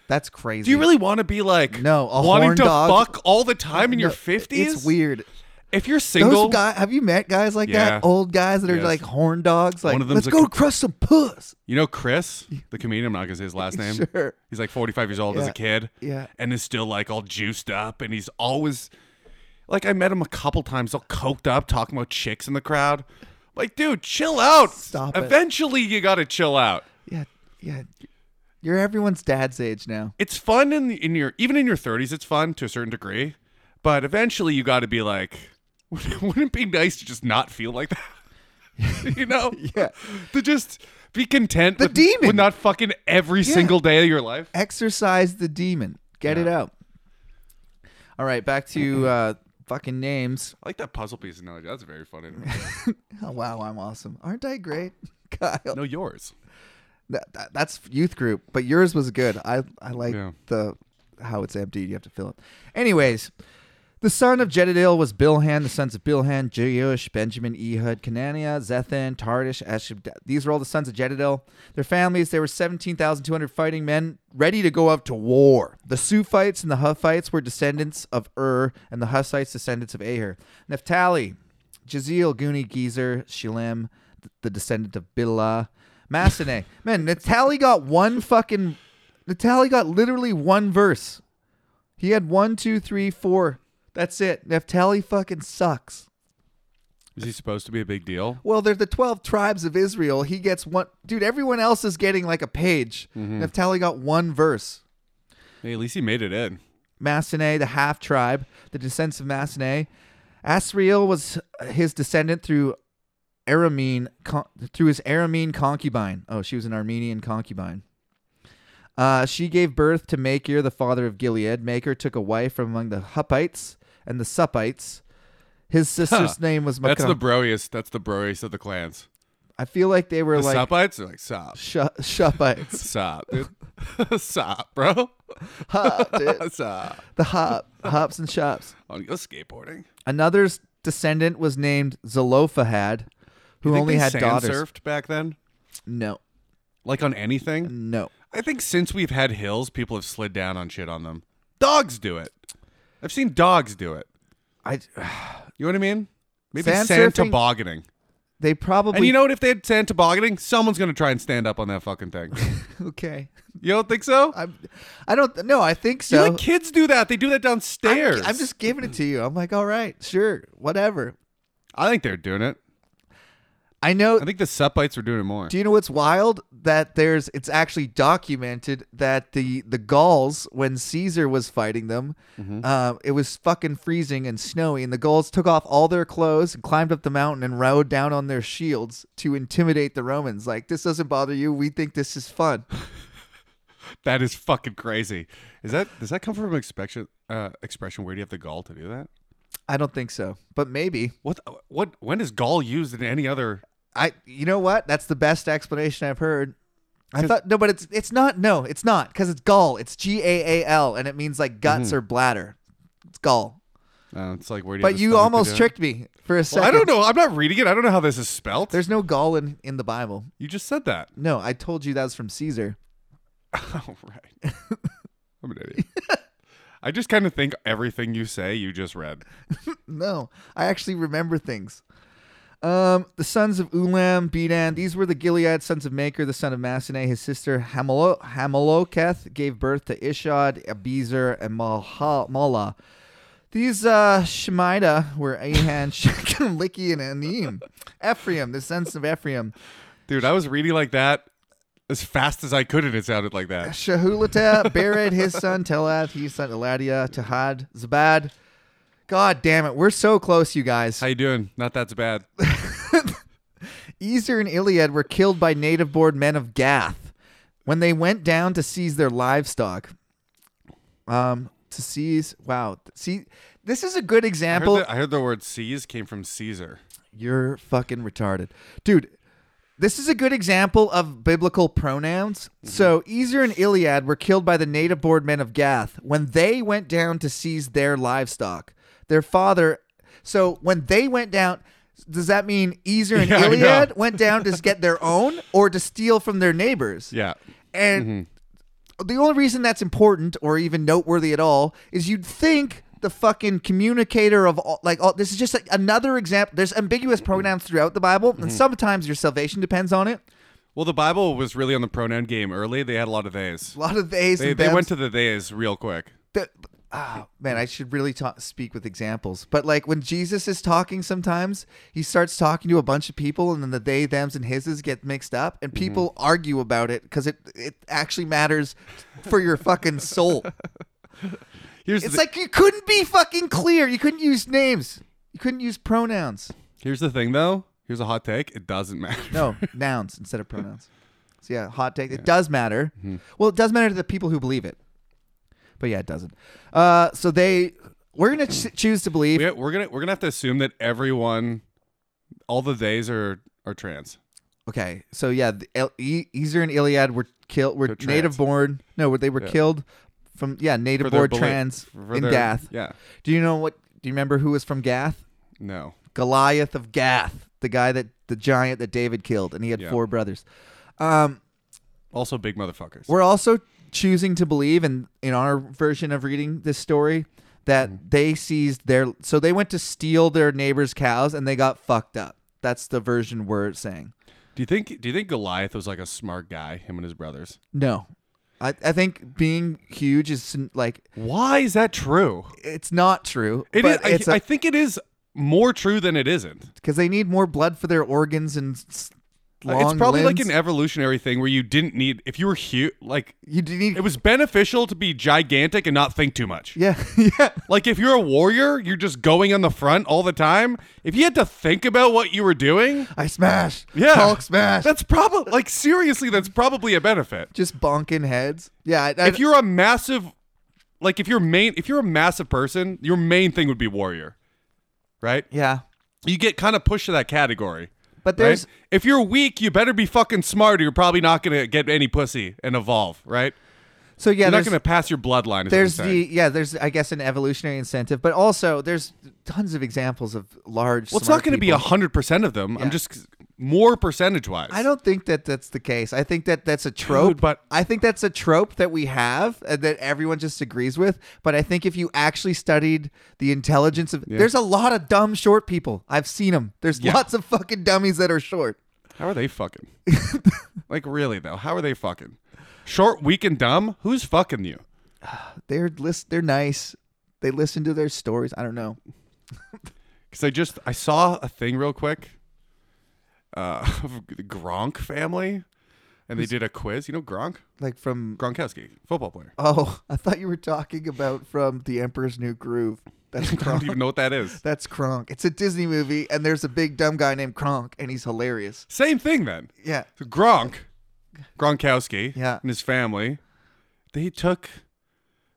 [SPEAKER 1] That's crazy.
[SPEAKER 2] Do you really want to be like,
[SPEAKER 1] No, a
[SPEAKER 2] wanting
[SPEAKER 1] horn
[SPEAKER 2] to
[SPEAKER 1] dog-
[SPEAKER 2] fuck all the time in your
[SPEAKER 1] No,
[SPEAKER 2] 50s?
[SPEAKER 1] It's weird.
[SPEAKER 2] If you're
[SPEAKER 1] Those
[SPEAKER 2] single,
[SPEAKER 1] guys, have you met guys like
[SPEAKER 2] Yeah.
[SPEAKER 1] that? Old guys that are
[SPEAKER 2] Yes.
[SPEAKER 1] like horn dogs. Like
[SPEAKER 2] One of
[SPEAKER 1] let's
[SPEAKER 2] them's a
[SPEAKER 1] go
[SPEAKER 2] com-
[SPEAKER 1] crush some puss.
[SPEAKER 2] you know, Chris, the comedian, I'm not going to say his last name.
[SPEAKER 1] Sure.
[SPEAKER 2] He's like 45 years old as
[SPEAKER 1] Yeah.
[SPEAKER 2] a kid.
[SPEAKER 1] Yeah.
[SPEAKER 2] And is still like all juiced up. And he's always like, I met him a couple times, all coked up, talking about chicks in the crowd. Like, dude, chill out.
[SPEAKER 1] Stop it.
[SPEAKER 2] Eventually, you got to chill out.
[SPEAKER 1] Yeah, yeah. You're everyone's dad's age now.
[SPEAKER 2] It's fun in, the, in your, even in your 30s, it's fun to a certain degree. But eventually, you got to be like, wouldn't it be nice to just not feel like that? you know?
[SPEAKER 1] Yeah.
[SPEAKER 2] To just be content with,
[SPEAKER 1] demon.
[SPEAKER 2] with not fucking every single day of your life.
[SPEAKER 1] Exercise the demon. Get it out. All right, back to uh, fucking names.
[SPEAKER 2] I like that puzzle piece analogy. That's very funny.
[SPEAKER 1] Oh, wow, I'm awesome. Aren't I great, Kyle?
[SPEAKER 2] no, yours.
[SPEAKER 1] That, that- that's youth group, but yours was good. I I like
[SPEAKER 2] Yeah.
[SPEAKER 1] the how it's emptied. You have to fill it. Anyways, the son of Jedidil was Bilhan. The sons of Bilhan, Jeush, Benjamin, Ehud, Kenania, Zethan, Tardish, Ashab. These were all the sons of Jedidil. Their families. There were seventeen thousand two hundred fighting men ready to go out to war. The Sufites and the Huphites were descendants of Ur, and the Hussites descendants of Aher. Naphtali, Jezeel, Guni, Gezer, Shilem, th- the descendant of Bilah, Masseneh. Man, Natali got one fucking. Natali got literally one verse. He had one, two, three, four. That's it. Naphtali fucking sucks.
[SPEAKER 2] Is he supposed to be a big deal?
[SPEAKER 1] Well, they're the 12 tribes of Israel. He gets one. Dude, everyone else is getting like a page. Naphtali got one verse.
[SPEAKER 2] Hey, at least he made it in.
[SPEAKER 1] Masseneh, the half tribe, the descendants of Masseneh. Asriel was his descendant through Aramean, con- through his Aramean concubine. Oh, she was an Armenian concubine. Uh, she gave birth to Makir, the father of Gilead. Makir took a wife from among the Huppites and the Suppites. His sister's
[SPEAKER 2] Huh.
[SPEAKER 1] name was
[SPEAKER 2] That's
[SPEAKER 1] Makah.
[SPEAKER 2] the broiest. That's the broiest of the clans.
[SPEAKER 1] I feel like they were
[SPEAKER 2] The
[SPEAKER 1] like
[SPEAKER 2] Suppites are like, stop.
[SPEAKER 1] Shu- Shuppites.
[SPEAKER 2] Stop, dude. Stop, bro.
[SPEAKER 1] hop, dude.
[SPEAKER 2] That's uh,
[SPEAKER 1] The hop, hops and shops.
[SPEAKER 2] on go skateboarding.
[SPEAKER 1] Another's descendant was named Zelophehad, who
[SPEAKER 2] You think
[SPEAKER 1] only
[SPEAKER 2] they
[SPEAKER 1] had
[SPEAKER 2] sand
[SPEAKER 1] daughters.
[SPEAKER 2] surfed back then,
[SPEAKER 1] No,
[SPEAKER 2] like on anything.
[SPEAKER 1] no.
[SPEAKER 2] I think since we've had hills, people have slid down on shit on them. Dogs do it. I've seen dogs do it.
[SPEAKER 1] I.
[SPEAKER 2] You know what I mean? Maybe
[SPEAKER 1] Sand
[SPEAKER 2] sand,
[SPEAKER 1] surfing-
[SPEAKER 2] tobogganing.
[SPEAKER 1] They probably.
[SPEAKER 2] And you know what? If they had sand tobogganing, someone's gonna try and stand up on that fucking thing.
[SPEAKER 1] okay.
[SPEAKER 2] You don't think so?
[SPEAKER 1] I'm. I don't. No, I think
[SPEAKER 2] You
[SPEAKER 1] so.
[SPEAKER 2] let kids do that. They do that
[SPEAKER 1] I'm-
[SPEAKER 2] downstairs.
[SPEAKER 1] I'm just giving it to you. I'm like, all right, sure, whatever.
[SPEAKER 2] I think they're doing it.
[SPEAKER 1] I know.
[SPEAKER 2] I think the Supites were doing it more.
[SPEAKER 1] Do you know what's wild? That there's it's actually documented that the the Gauls when Caesar was fighting them, uh, it was fucking freezing and snowy, and the Gauls took off all their clothes and climbed up the mountain and rode down on their shields to intimidate the Romans. Like this doesn't bother you? We think this is fun.
[SPEAKER 2] that is fucking crazy. Is that does that come from an expression? Uh, expression where do you have the gall to do that?
[SPEAKER 1] I don't think so, but maybe.
[SPEAKER 2] What what? When is gall used in any other?
[SPEAKER 1] I you know what? That's the best explanation I've heard. I thought no, but it's it's not. No, it's not because it's gall. It's G A A L, and it means like guts or bladder. It's gall.
[SPEAKER 2] Uh, it's like where do you? have
[SPEAKER 1] But
[SPEAKER 2] the
[SPEAKER 1] you
[SPEAKER 2] stomach to
[SPEAKER 1] almost
[SPEAKER 2] do it?
[SPEAKER 1] tricked me for a second.
[SPEAKER 2] Well, I don't know. I'm not reading it. I don't know how this is spelt.
[SPEAKER 1] There's no gall in, in the Bible.
[SPEAKER 2] you just said that.
[SPEAKER 1] No, I told you that was from Caesar. Oh,
[SPEAKER 2] All right. I'm an idiot. I just kind of think everything you say you just read.
[SPEAKER 1] No, I actually remember things. Um, the sons of Ulam, Bedan, these were the Gilead sons of Maker, the son of Masseneh. His sister Hamalo- Hamaloketh gave birth to Ishad, Abizer, and Malha- Mala. These uh, Shemida were Ahan, Shechem, Licky, and Anim. Ephraim, the sons of Ephraim.
[SPEAKER 2] Dude, I was reading like that as fast as I could, and it sounded like that.
[SPEAKER 1] Shahulata, Bered, his son, Telath, his son, Eladia, Tahad, Zabad. God damn it, we're so close, you guys.
[SPEAKER 2] How you doing? Not that's bad.
[SPEAKER 1] Ezer and Iliad were killed by native born men of Gath when they went down to seize their livestock. Um, to seize, wow. See, this is a good
[SPEAKER 2] I heard,
[SPEAKER 1] example.
[SPEAKER 2] the, I heard the word seize came from Caesar.
[SPEAKER 1] You're fucking retarded. Dude, this is a good example of biblical pronouns.
[SPEAKER 2] Mm-hmm.
[SPEAKER 1] So, Ezer and Iliad were killed by the native born men of Gath when they went down to seize their livestock. Their father. So, when they went down, does that mean Ezer and
[SPEAKER 2] Yeah, I
[SPEAKER 1] Iliad
[SPEAKER 2] know.
[SPEAKER 1] went down to get their own or to steal from their neighbors?
[SPEAKER 2] Yeah.
[SPEAKER 1] And
[SPEAKER 2] Mm-hmm.
[SPEAKER 1] the only reason that's important or even noteworthy at all is you'd think the fucking communicator of all, like all this is just like another example. There's ambiguous pronouns throughout the Bible,
[SPEAKER 2] Mm-hmm.
[SPEAKER 1] and sometimes your salvation depends on it.
[SPEAKER 2] Well, the Bible was really on the pronoun game early. They had a lot of theys.
[SPEAKER 1] A lot of theys.
[SPEAKER 2] They,
[SPEAKER 1] and
[SPEAKER 2] they
[SPEAKER 1] thems.
[SPEAKER 2] went to the theys real quick.
[SPEAKER 1] the, ah, man, I should really ta- speak with examples. But like when Jesus is talking, sometimes he starts talking to a bunch of people, and then the they, them's, and hises get mixed up, and
[SPEAKER 2] Mm-hmm.
[SPEAKER 1] people argue about it because it it actually matters for your fucking soul.
[SPEAKER 2] Here's
[SPEAKER 1] It's
[SPEAKER 2] the,
[SPEAKER 1] like you couldn't be fucking clear. You couldn't use names. You couldn't use pronouns.
[SPEAKER 2] here's the thing, though. Here's a hot take. It doesn't matter.
[SPEAKER 1] No, nouns instead of pronouns. So yeah, hot take. It does matter.
[SPEAKER 2] Mm-hmm.
[SPEAKER 1] Well, it does matter to the people who believe it. But yeah, it doesn't. Uh, so they we're gonna ch- choose to believe.
[SPEAKER 2] We, we're gonna we're gonna have to assume that everyone, all the theys are are trans.
[SPEAKER 1] Okay, so yeah, the El- e- Ezer and Iliad were killed. Were
[SPEAKER 2] They're trans.
[SPEAKER 1] native born? No, were- they were killed from yeah native
[SPEAKER 2] For their
[SPEAKER 1] born
[SPEAKER 2] beli-
[SPEAKER 1] trans
[SPEAKER 2] for
[SPEAKER 1] in
[SPEAKER 2] their-
[SPEAKER 1] Gath.
[SPEAKER 2] Yeah.
[SPEAKER 1] Do you know what? Do you remember who was from Gath?
[SPEAKER 2] No.
[SPEAKER 1] Goliath of Gath, the guy that the giant that David killed, and he had
[SPEAKER 2] Yeah.
[SPEAKER 1] four brothers. Um,
[SPEAKER 2] Also, big motherfuckers.
[SPEAKER 1] we're also choosing to believe, and in, our version of reading this story, that
[SPEAKER 2] Mm-hmm.
[SPEAKER 1] they seized their so they went to steal their neighbor's cows and they got fucked up. That's the version we're saying.
[SPEAKER 2] Do you think Do you think Goliath was like a smart guy? Him and his brothers.
[SPEAKER 1] No, I, I think being huge is like
[SPEAKER 2] Why is that true?
[SPEAKER 1] it's not true.
[SPEAKER 2] It is.
[SPEAKER 1] but
[SPEAKER 2] I,
[SPEAKER 1] it's
[SPEAKER 2] I think it is more true than it isn't.
[SPEAKER 1] because they need more blood for their organs and. s-
[SPEAKER 2] Uh,
[SPEAKER 1] Long
[SPEAKER 2] it's probably like
[SPEAKER 1] limbs.
[SPEAKER 2] an evolutionary thing where you didn't need if you were huge. Like
[SPEAKER 1] you do need
[SPEAKER 2] it was beneficial to be gigantic and not think too much.
[SPEAKER 1] yeah yeah
[SPEAKER 2] Like if you're a warrior, you're just going on the front all the time. If you had to think about what you were doing,
[SPEAKER 1] I smash
[SPEAKER 2] yeah,
[SPEAKER 1] Hulk smash
[SPEAKER 2] That's probably like seriously, that's probably a benefit.
[SPEAKER 1] just bonking heads. Yeah, I, I,
[SPEAKER 2] If you're a massive, like if you're main, if you're a massive person, your main thing would be warrior, right?
[SPEAKER 1] yeah,
[SPEAKER 2] You get kind of pushed to that category.
[SPEAKER 1] but
[SPEAKER 2] Right?
[SPEAKER 1] there's
[SPEAKER 2] If you're weak, you better be fucking smart or you're probably not going to get any pussy and evolve, right?
[SPEAKER 1] So yeah,
[SPEAKER 2] You're not
[SPEAKER 1] there's,
[SPEAKER 2] going to pass your bloodline. Is
[SPEAKER 1] there's
[SPEAKER 2] what I'm saying.
[SPEAKER 1] the yeah, there's I guess an evolutionary incentive, but also there's tons of examples of large.
[SPEAKER 2] Well, it's not
[SPEAKER 1] going to
[SPEAKER 2] be a hundred percent of them.
[SPEAKER 1] Yeah.
[SPEAKER 2] I'm just more percentage wise.
[SPEAKER 1] I don't think that that's the case. I think that that's a trope.
[SPEAKER 2] but-
[SPEAKER 1] I think that's a trope that we have and that everyone just agrees with. But I think if you actually studied the intelligence of, there's a lot of dumb short people. I've seen them. There's
[SPEAKER 2] Yeah.
[SPEAKER 1] lots of fucking dummies that are short.
[SPEAKER 2] How are they fucking? like really though? How are they fucking? Short, weak, and dumb. Who's fucking you?
[SPEAKER 1] They're list. They're nice. They listen to their stories. I don't know.
[SPEAKER 2] Because I just I saw a thing real quick. Uh, of the Gronk family, and they did a quiz. You know Gronk,
[SPEAKER 1] Like from
[SPEAKER 2] Gronkowski, football player.
[SPEAKER 1] oh, I thought you were talking about from The Emperor's New Groove. That's
[SPEAKER 2] I don't
[SPEAKER 1] Kronk.
[SPEAKER 2] even know what that is.
[SPEAKER 1] That's Kronk. It's a Disney movie, and there's a big dumb guy named Kronk, and he's hilarious.
[SPEAKER 2] Same thing then.
[SPEAKER 1] Yeah.
[SPEAKER 2] So Gronk, Gronkowski,
[SPEAKER 1] Yeah.
[SPEAKER 2] and his family, they took,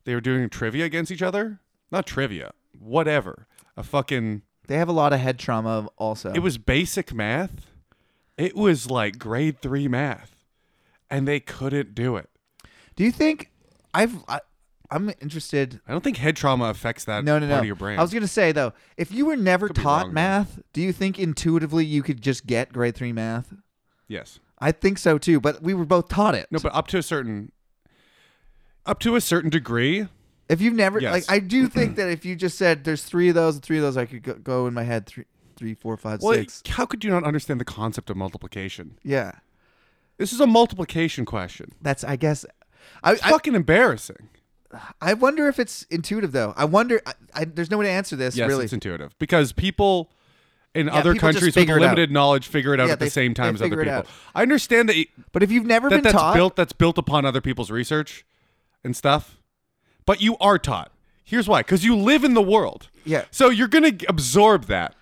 [SPEAKER 2] they were doing trivia against each other. Not trivia, whatever. A fucking,
[SPEAKER 1] They have a lot of head trauma also.
[SPEAKER 2] it was basic math. It was like grade three math, and they couldn't do it.
[SPEAKER 1] Do you think I've I, I'm interested
[SPEAKER 2] I don't think head trauma affects that
[SPEAKER 1] no, no,
[SPEAKER 2] part
[SPEAKER 1] no.
[SPEAKER 2] of your brain.
[SPEAKER 1] I was gonna say though, if you were never
[SPEAKER 2] be
[SPEAKER 1] taught
[SPEAKER 2] wrong, though.
[SPEAKER 1] math, do you think intuitively you could just get grade three math?
[SPEAKER 2] yes.
[SPEAKER 1] I think so too, but we were both taught it.
[SPEAKER 2] No, but up to a certain, up to a certain degree,
[SPEAKER 1] if you've never,
[SPEAKER 2] Yes.
[SPEAKER 1] like, I do think that if you just said there's three of those and three of those, I could go, go in my head three, three, four, five, six.
[SPEAKER 2] well, how could you not understand the concept of multiplication?
[SPEAKER 1] Yeah,
[SPEAKER 2] This is a multiplication question.
[SPEAKER 1] that's I guess. I,
[SPEAKER 2] It's
[SPEAKER 1] I
[SPEAKER 2] fucking embarrassing.
[SPEAKER 1] I wonder if it's intuitive though. I wonder. I, I, there's no way to answer this
[SPEAKER 2] Yes,
[SPEAKER 1] really.
[SPEAKER 2] it's intuitive because people in
[SPEAKER 1] people
[SPEAKER 2] other
[SPEAKER 1] just
[SPEAKER 2] countries with
[SPEAKER 1] figure it out.
[SPEAKER 2] limited knowledge figure it out
[SPEAKER 1] Yeah,
[SPEAKER 2] at
[SPEAKER 1] they-
[SPEAKER 2] the same
[SPEAKER 1] they
[SPEAKER 2] time as other
[SPEAKER 1] figure it
[SPEAKER 2] people.
[SPEAKER 1] out.
[SPEAKER 2] I understand that,
[SPEAKER 1] but if you've never
[SPEAKER 2] that
[SPEAKER 1] been
[SPEAKER 2] that's
[SPEAKER 1] taught,
[SPEAKER 2] built that's built upon other people's research and stuff, but you are taught. Here's why: because you live in the world,
[SPEAKER 1] Yeah.
[SPEAKER 2] So you're gonna g- absorb that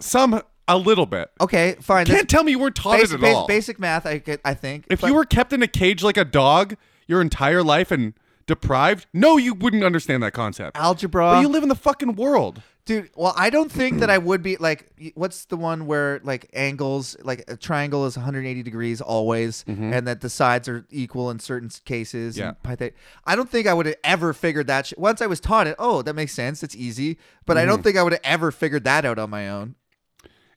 [SPEAKER 2] some a little bit.
[SPEAKER 1] okay, fine.
[SPEAKER 2] Can't
[SPEAKER 1] Oh, that's-
[SPEAKER 2] tell me you weren't taught
[SPEAKER 1] basic,
[SPEAKER 2] it at
[SPEAKER 1] bas-
[SPEAKER 2] all.
[SPEAKER 1] basic math, I, get- I think.
[SPEAKER 2] if
[SPEAKER 1] but-
[SPEAKER 2] you were kept in a cage like a dog your entire life and deprived, no, you wouldn't understand that concept.
[SPEAKER 1] algebra,
[SPEAKER 2] But you live in the fucking world.
[SPEAKER 1] dude. Well, I don't think that I would be like. y- What's the one where like angles, like a triangle is 180 degrees always,
[SPEAKER 2] Mm-hmm.
[SPEAKER 1] and that the sides are equal in certain s- cases. and Pytha- I don't think I would have ever figured that. Sh- Once I was taught it, oh, that makes sense. It's easy. But I
[SPEAKER 2] Mm-hmm.
[SPEAKER 1] don't think I would have ever figured that out on my own.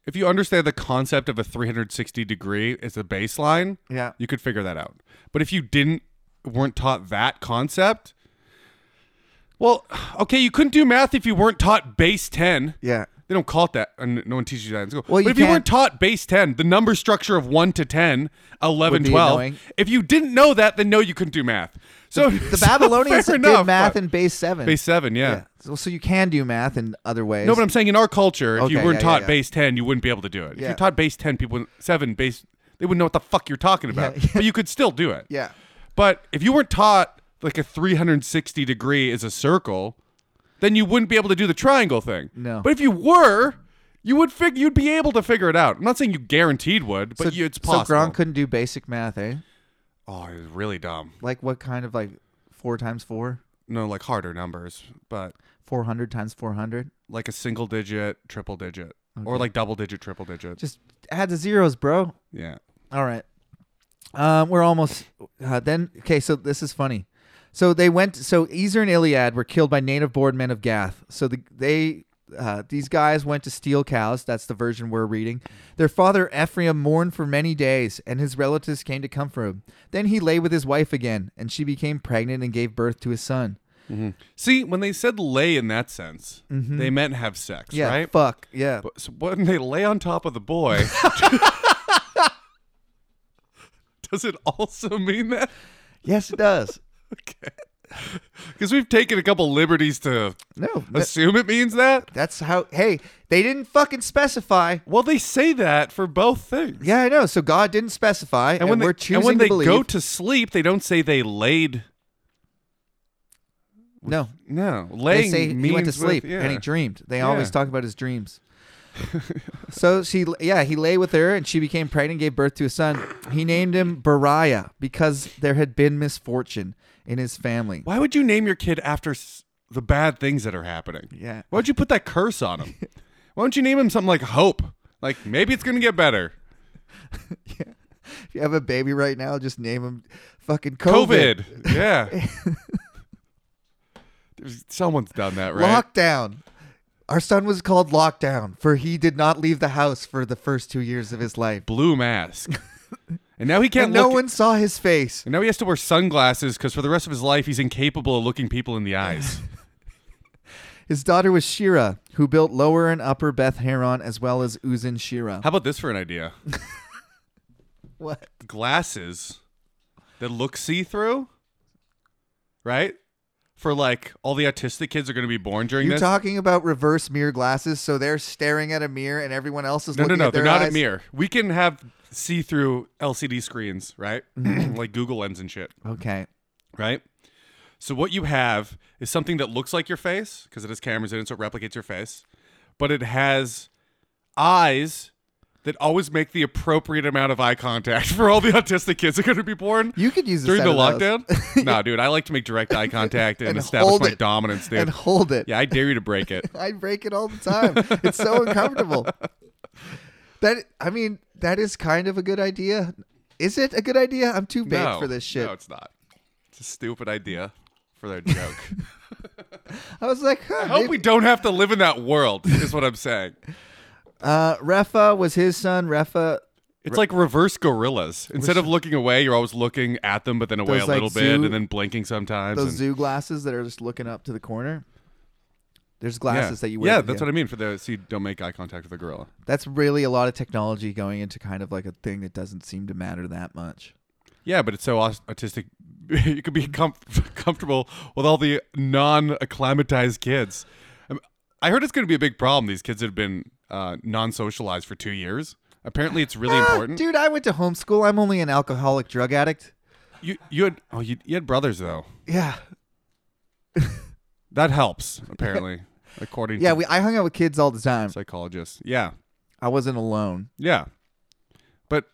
[SPEAKER 2] if you understand the concept of a 360 degree as a baseline,
[SPEAKER 1] Yeah.
[SPEAKER 2] you could figure that out. But if you didn't weren't taught that concept, well, okay, you couldn't do math if you weren't taught base 10.
[SPEAKER 1] Yeah.
[SPEAKER 2] They don't call it that, and no one teaches you that in school.
[SPEAKER 1] Well,
[SPEAKER 2] but
[SPEAKER 1] you
[SPEAKER 2] if you
[SPEAKER 1] can-
[SPEAKER 2] weren't taught base 10, the number structure of 1 to 10, 11,
[SPEAKER 1] Would be
[SPEAKER 2] 12,
[SPEAKER 1] annoying.
[SPEAKER 2] if you didn't know that, then no, you couldn't do math. So
[SPEAKER 1] The Babylonians
[SPEAKER 2] fair
[SPEAKER 1] did
[SPEAKER 2] enough,
[SPEAKER 1] math
[SPEAKER 2] but-
[SPEAKER 1] in base seven.
[SPEAKER 2] base 7, yeah.
[SPEAKER 1] yeah. So, so you can do math in other ways.
[SPEAKER 2] No, but I'm saying in our culture, if you
[SPEAKER 1] Okay,
[SPEAKER 2] weren't
[SPEAKER 1] yeah, yeah,
[SPEAKER 2] taught
[SPEAKER 1] yeah.
[SPEAKER 2] base ten, you wouldn't be able to do it. If
[SPEAKER 1] Yeah.
[SPEAKER 2] you taught base ten, people wouldn't- seven base they wouldn't know what the fuck you're talking about.
[SPEAKER 1] Yeah, yeah.
[SPEAKER 2] But you could still do it.
[SPEAKER 1] yeah.
[SPEAKER 2] But if you weren't taught like a 360 degree is a circle, then you wouldn't be able to do the triangle thing.
[SPEAKER 1] No.
[SPEAKER 2] But if you were, you would fig- you'd be able to figure it out. I'm not saying you guaranteed would, but
[SPEAKER 1] so,
[SPEAKER 2] you, it's
[SPEAKER 1] So
[SPEAKER 2] possible.
[SPEAKER 1] Gronk couldn't do basic math, eh?
[SPEAKER 2] oh, it was really dumb.
[SPEAKER 1] Like what kind of like four times four?
[SPEAKER 2] No, like harder numbers, but
[SPEAKER 1] Four hundred times four hundred?
[SPEAKER 2] like a single digit, triple digit, or like double digit, triple digit.
[SPEAKER 1] Just add the zeros, bro.
[SPEAKER 2] yeah.
[SPEAKER 1] All right. Um, we're almost uh, then. Okay, so this is funny. So they went. So Ezer and Iliad were killed by native born men of Gath. So the, they uh, these guys went to steal cows. That's the version we're reading. Their father Ephraim mourned for many days, and his relatives came to comfort him. Then he lay with his wife again, and she became pregnant and gave birth to his son.
[SPEAKER 2] See, when they said lay in that sense, they meant have sex,
[SPEAKER 1] Mm-hmm. Yeah,
[SPEAKER 2] right?
[SPEAKER 1] fuck. Yeah,
[SPEAKER 2] But so when they lay on top of the boy, does it also mean that?
[SPEAKER 1] yes, it does.
[SPEAKER 2] Okay. Because we've taken a couple liberties to
[SPEAKER 1] No,
[SPEAKER 2] assume it means that.
[SPEAKER 1] that's how. Hey, they didn't fucking specify.
[SPEAKER 2] Well, they say that for both things.
[SPEAKER 1] Yeah, I know. So God didn't specify, and,
[SPEAKER 2] And when,
[SPEAKER 1] we're
[SPEAKER 2] they,
[SPEAKER 1] choosing
[SPEAKER 2] and when
[SPEAKER 1] to
[SPEAKER 2] they
[SPEAKER 1] believe.
[SPEAKER 2] go to sleep, they don't say they laid.
[SPEAKER 1] no,
[SPEAKER 2] No,
[SPEAKER 1] they
[SPEAKER 2] laying
[SPEAKER 1] say he went to
[SPEAKER 2] means with-
[SPEAKER 1] sleep
[SPEAKER 2] yeah.
[SPEAKER 1] and he dreamed. They always
[SPEAKER 2] Yeah.
[SPEAKER 1] talk about his dreams. so she, yeah, he lay with her, and she became pregnant and gave birth to a son. He named him Beriah because there had been misfortune in his family.
[SPEAKER 2] Why would you name your kid after s- the bad things that are happening?
[SPEAKER 1] Yeah.
[SPEAKER 2] Why would you put that curse on him? Why don't you name him something like Hope? Like maybe it's gonna get better.
[SPEAKER 1] If you have a baby right now, just name him fucking COVID.
[SPEAKER 2] COVID. Yeah. There's- Someone's done that, right?
[SPEAKER 1] Lockdown. Our son was called Lockdown for he did not leave the house for the first two years of his life.
[SPEAKER 2] Blue mask. And now he can't
[SPEAKER 1] And no
[SPEAKER 2] look.
[SPEAKER 1] one saw his face.
[SPEAKER 2] and now he has to wear sunglasses because for the rest of his life he's incapable of looking people in the eyes.
[SPEAKER 1] His daughter was Shira, who built Lower and Upper Beth Heron as well as Uzun Shira.
[SPEAKER 2] How about this for an idea?
[SPEAKER 1] What?
[SPEAKER 2] Glasses that look see through, right? For like all the autistic kids are going to be born during
[SPEAKER 1] You're
[SPEAKER 2] this.
[SPEAKER 1] talking about reverse mirror glasses, so they're staring at a mirror and everyone else is
[SPEAKER 2] no, no,
[SPEAKER 1] looking
[SPEAKER 2] no.
[SPEAKER 1] at their
[SPEAKER 2] They're not
[SPEAKER 1] eyes?
[SPEAKER 2] a mirror. We can have see through LCD screens, right?
[SPEAKER 1] Mm-hmm.
[SPEAKER 2] like Google Lens and shit.
[SPEAKER 1] Okay.
[SPEAKER 2] right? So what you have is something that looks like your face because it has cameras in it, so it replicates your face, but it has eyes that always make the appropriate amount of eye contact for all the autistic kids that are going to be born
[SPEAKER 1] You could use a
[SPEAKER 2] during
[SPEAKER 1] set
[SPEAKER 2] the
[SPEAKER 1] of those.
[SPEAKER 2] lockdown. nah, dude, I like to make direct eye contact and,
[SPEAKER 1] And
[SPEAKER 2] establish
[SPEAKER 1] hold
[SPEAKER 2] my
[SPEAKER 1] it.
[SPEAKER 2] dominance, dude.
[SPEAKER 1] and hold it.
[SPEAKER 2] yeah, I dare you to break it.
[SPEAKER 1] I break it all the time. It's so uncomfortable. That I mean, that is kind of a good idea. Is it a good idea? I'm too big
[SPEAKER 2] no,
[SPEAKER 1] for this shit.
[SPEAKER 2] No, it's not. It's a stupid idea for their joke.
[SPEAKER 1] I was like, huh,
[SPEAKER 2] I hope
[SPEAKER 1] maybe-
[SPEAKER 2] we don't have to live in that world. Is what I'm saying.
[SPEAKER 1] uh, Refa was his son. Refa
[SPEAKER 2] It's like reverse gorillas. Instead of looking away, you're always looking at them, but then away
[SPEAKER 1] Those,
[SPEAKER 2] a little
[SPEAKER 1] like,
[SPEAKER 2] bit,
[SPEAKER 1] zoo-
[SPEAKER 2] and then blinking sometimes.
[SPEAKER 1] those
[SPEAKER 2] and,
[SPEAKER 1] zoo glasses that are just looking up to the corner. There's glasses that you wear.
[SPEAKER 2] Yeah, that's what I mean. For the so you don't make eye contact with a gorilla.
[SPEAKER 1] That's really a lot of technology going into kind of like a thing that doesn't seem to matter that much.
[SPEAKER 2] Yeah, but it's so aus- autistic. you could be com- comfortable with all the non-acclimatized kids. Um, I heard it's going to be a big problem. These kids that have been uh, non-socialized for two years. Apparently, it's really
[SPEAKER 1] Ah,
[SPEAKER 2] important.
[SPEAKER 1] dude, I went to homeschool. I'm only an alcoholic drug addict.
[SPEAKER 2] You you had oh you, you had brothers though.
[SPEAKER 1] Yeah,
[SPEAKER 2] That helps apparently, according
[SPEAKER 1] yeah.
[SPEAKER 2] to
[SPEAKER 1] We I hung out with kids all the time.
[SPEAKER 2] psychologists. Yeah.
[SPEAKER 1] I wasn't alone.
[SPEAKER 2] Yeah. But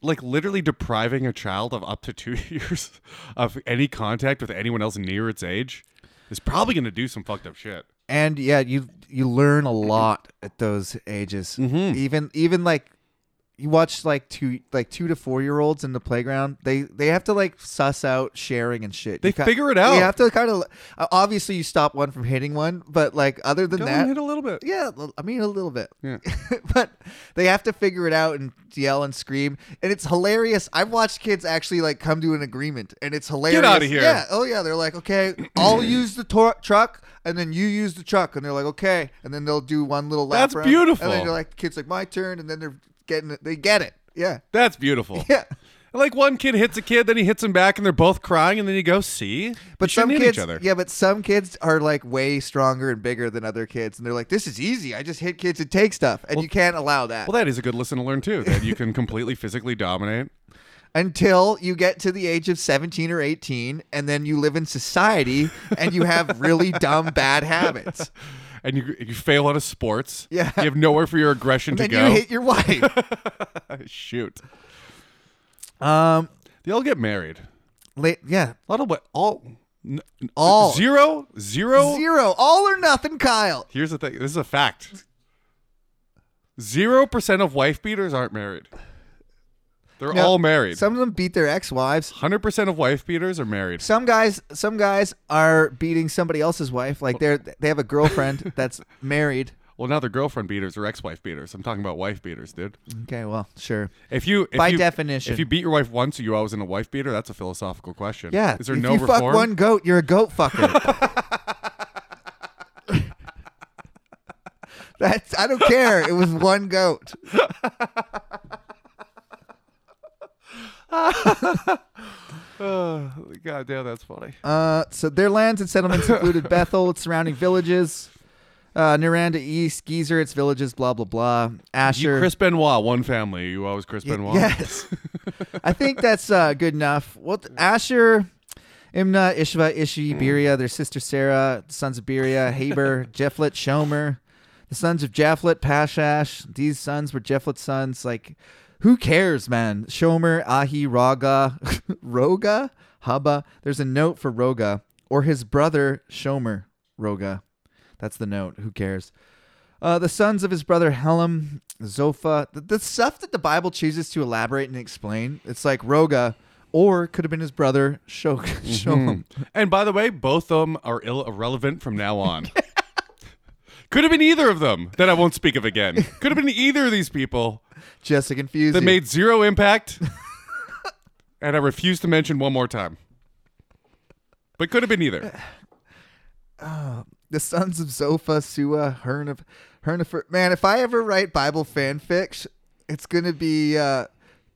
[SPEAKER 2] like literally depriving a child of up to two years of any contact with anyone else near its age is probably going to do some fucked up shit.
[SPEAKER 1] and yeah you you learn a lot at those ages
[SPEAKER 2] Mhm.
[SPEAKER 1] even even like you watch like two like two to four year olds in the playground they they have to like suss out sharing and shit
[SPEAKER 2] They
[SPEAKER 1] You ki-
[SPEAKER 2] figure it out.
[SPEAKER 1] you have to kind of obviously you stop one from hitting one but like other than
[SPEAKER 2] Go
[SPEAKER 1] that
[SPEAKER 2] and hit a little bit.
[SPEAKER 1] yeah l- i mean a little bit
[SPEAKER 2] Yeah.
[SPEAKER 1] but they have to figure it out and yell and scream and it's hilarious i've watched kids actually like come to an agreement and it's hilarious
[SPEAKER 2] outta here.
[SPEAKER 1] yeah oh yeah they're like okay i'll use the tor- truck and then you use the truck and they're like okay and then they'll do one little lap
[SPEAKER 2] That's
[SPEAKER 1] around,
[SPEAKER 2] beautiful.
[SPEAKER 1] and then they're like kids like my turn and then they're getting it they get it yeah
[SPEAKER 2] That's beautiful.
[SPEAKER 1] yeah
[SPEAKER 2] Like one kid hits a kid, then he hits him back, and they're both crying, and then you go, see?
[SPEAKER 1] but
[SPEAKER 2] You
[SPEAKER 1] some
[SPEAKER 2] shouldn't hit
[SPEAKER 1] kids,
[SPEAKER 2] each other.
[SPEAKER 1] yeah, but some kids are like way stronger and bigger than other kids, and they're like, "This is easy. I just hit kids and take stuff," and you can't allow that.
[SPEAKER 2] Well, that is a good lesson to learn too. That you can completely physically dominate.
[SPEAKER 1] until you get to the age of 17 or 18 and then you live in society and you have really dumb bad habits
[SPEAKER 2] And you, you fail out of sports.
[SPEAKER 1] Yeah.
[SPEAKER 2] You have nowhere for your aggression to
[SPEAKER 1] then
[SPEAKER 2] go.
[SPEAKER 1] you hate your wife
[SPEAKER 2] Shoot.
[SPEAKER 1] um
[SPEAKER 2] They all get married.
[SPEAKER 1] la- yeah
[SPEAKER 2] A lot of what? All. n- n-
[SPEAKER 1] All.
[SPEAKER 2] Zero? Zero?
[SPEAKER 1] zero all or nothing kyle
[SPEAKER 2] Here's the thing. This is a fact. Zero percent of wife beaters aren't married. They're
[SPEAKER 1] No,
[SPEAKER 2] all married.
[SPEAKER 1] some of them beat their ex-wives
[SPEAKER 2] Hundred percent of wife beaters are married.
[SPEAKER 1] some guys some guys are beating somebody else's wife like they're they have a girlfriend that's married
[SPEAKER 2] Well, now they're girlfriend beaters or ex-wife beaters. I'm talking about wife beaters, dude.
[SPEAKER 1] okay well sure
[SPEAKER 2] If you, if
[SPEAKER 1] By
[SPEAKER 2] you-
[SPEAKER 1] definition.
[SPEAKER 2] if you beat your wife once, are you always in a wife beater? That's a philosophical question.
[SPEAKER 1] yeah
[SPEAKER 2] Is there
[SPEAKER 1] if
[SPEAKER 2] no
[SPEAKER 1] you
[SPEAKER 2] reform?
[SPEAKER 1] fuck one goat you're a goat fucker That's I don't care. It was one goat.
[SPEAKER 2] Oh, God damn, that's funny.
[SPEAKER 1] Uh, so their lands and settlements included Bethel, its surrounding villages, uh, Naranda East, Geezer, its villages, blah blah blah. Asher,
[SPEAKER 2] You, Chris Benoit, one family. You always Chris
[SPEAKER 1] Y-
[SPEAKER 2] Benoit.
[SPEAKER 1] yes, I think that's uh, good enough. What Asher, Imna, Ishva, Ishi,
[SPEAKER 2] Mm.
[SPEAKER 1] Beria, their sister Sarah, the sons of Beria, Haber, Jefflet, Shomer, the sons of Japhlet, Pashash. These sons were Jefflet's sons. Like, who cares, man? Shomer, Ahi, Raga, Roga, Haba. There's a note for Roga or his brother Shomer, Roga. That's the note. Who cares? Uh, the sons of his brother Helam, Zophah, the, the stuff that the Bible chooses to elaborate and explain, it's like Roga, or could have been his brother Shok- Shohem.
[SPEAKER 2] And by the way, both of them are Ill- irrelevant from now on. Could have been either of them that I won't speak of again. Could have been either of these people
[SPEAKER 1] Just to confuse
[SPEAKER 2] that
[SPEAKER 1] you.
[SPEAKER 2] made zero impact, and I refuse to mention one more time. But could have been either.
[SPEAKER 1] the sons of Zophah, Sua, Hernif, Hernifer. Man, if I ever write Bible fanfic, it's gonna be uh,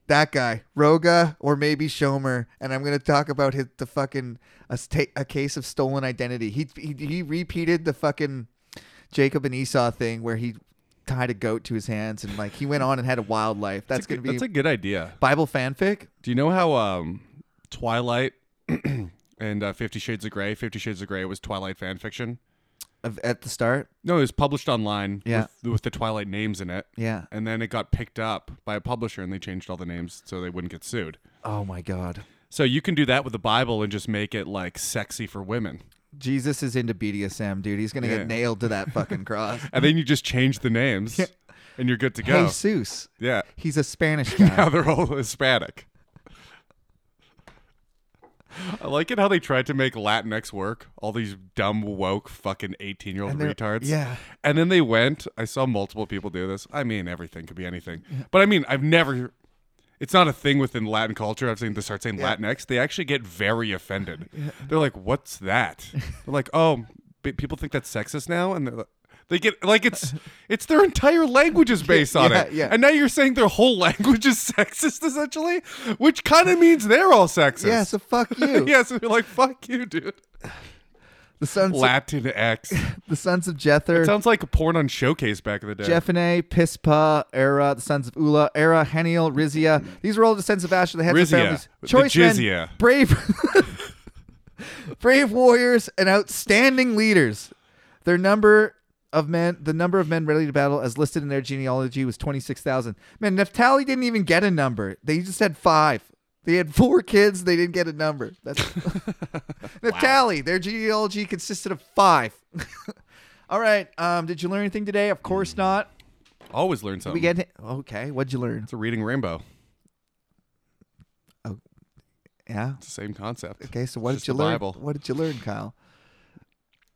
[SPEAKER 1] that guy, Roga, or maybe Shomer, and I'm gonna talk about his the fucking a, sta- a case of stolen identity. He, he he repeated the fucking Jacob and Esau thing where he tied a goat to his hands and like he went on and had a wild life. That's, gonna be
[SPEAKER 2] That's a good idea.
[SPEAKER 1] Bible fanfic.
[SPEAKER 2] Do you know how um, Twilight and uh, Fifty Shades of Grey? Fifty Shades of Grey was Twilight fan fiction.
[SPEAKER 1] Of, at the start,
[SPEAKER 2] No, it was published online
[SPEAKER 1] Yeah.
[SPEAKER 2] with, with the Twilight names in it.
[SPEAKER 1] yeah.
[SPEAKER 2] And then it got picked up by a publisher and they changed all the names so they wouldn't get sued.
[SPEAKER 1] Oh my God,
[SPEAKER 2] So you can do that with the Bible and just make it like sexy for women.
[SPEAKER 1] Jesus is into BDSM, dude. He's gonna
[SPEAKER 2] Yeah.
[SPEAKER 1] get nailed to that fucking cross.
[SPEAKER 2] And then you just change the names and you're good to go.
[SPEAKER 1] Jesus.
[SPEAKER 2] Yeah.
[SPEAKER 1] He's a Spanish guy.
[SPEAKER 2] Now they're all Hispanic. I like it how they tried to make Latinx work. All these dumb, woke, fucking 18 year old
[SPEAKER 1] And they're-
[SPEAKER 2] retards.
[SPEAKER 1] yeah.
[SPEAKER 2] And then they went. I saw multiple people do this. I mean, everything could be anything. But I mean, I've never. It's not a thing within Latin culture. I've seen they start saying Latinx. They actually get very offended. They're like, "What's that?" They're like, "Oh, b- people think that's sexist now," and they're like, they get like it's it's their entire language is based on
[SPEAKER 1] Yeah,
[SPEAKER 2] it.
[SPEAKER 1] yeah.
[SPEAKER 2] And now you're saying their whole language is sexist essentially, which kind of means they're all sexist.
[SPEAKER 1] yeah, so fuck you.
[SPEAKER 2] yeah. So you're like, "Fuck you, dude."
[SPEAKER 1] The sons of,
[SPEAKER 2] Latinx.
[SPEAKER 1] the sons of
[SPEAKER 2] It
[SPEAKER 1] Jether,
[SPEAKER 2] sounds like porn on Showcase back in the day.
[SPEAKER 1] Jephane, Pispa, Era, the sons of Ula, Era, Haniel, Rizia. These were all descendants of Asher, the heads
[SPEAKER 2] Rizia,
[SPEAKER 1] of families.
[SPEAKER 2] the
[SPEAKER 1] Choice men,
[SPEAKER 2] Jizya.
[SPEAKER 1] brave brave warriors and outstanding leaders. Their number of men, the number of men ready to battle as listed in their genealogy was 26,000. Man, Naphtali didn't even get a number. They just had 5. They had four kids, they didn't get a number. That's Naphtali, their genealogy consisted of 5. All right. Um, did you learn anything today? Of
[SPEAKER 2] Mm.
[SPEAKER 1] course not.
[SPEAKER 2] Always learn something.
[SPEAKER 1] We get okay. What'd you learn?
[SPEAKER 2] It's a reading rainbow.
[SPEAKER 1] Yeah.
[SPEAKER 2] It's the same concept.
[SPEAKER 1] Okay. So what
[SPEAKER 2] It's just
[SPEAKER 1] did you
[SPEAKER 2] the
[SPEAKER 1] learn?
[SPEAKER 2] Bible.
[SPEAKER 1] What did you learn, Kyle?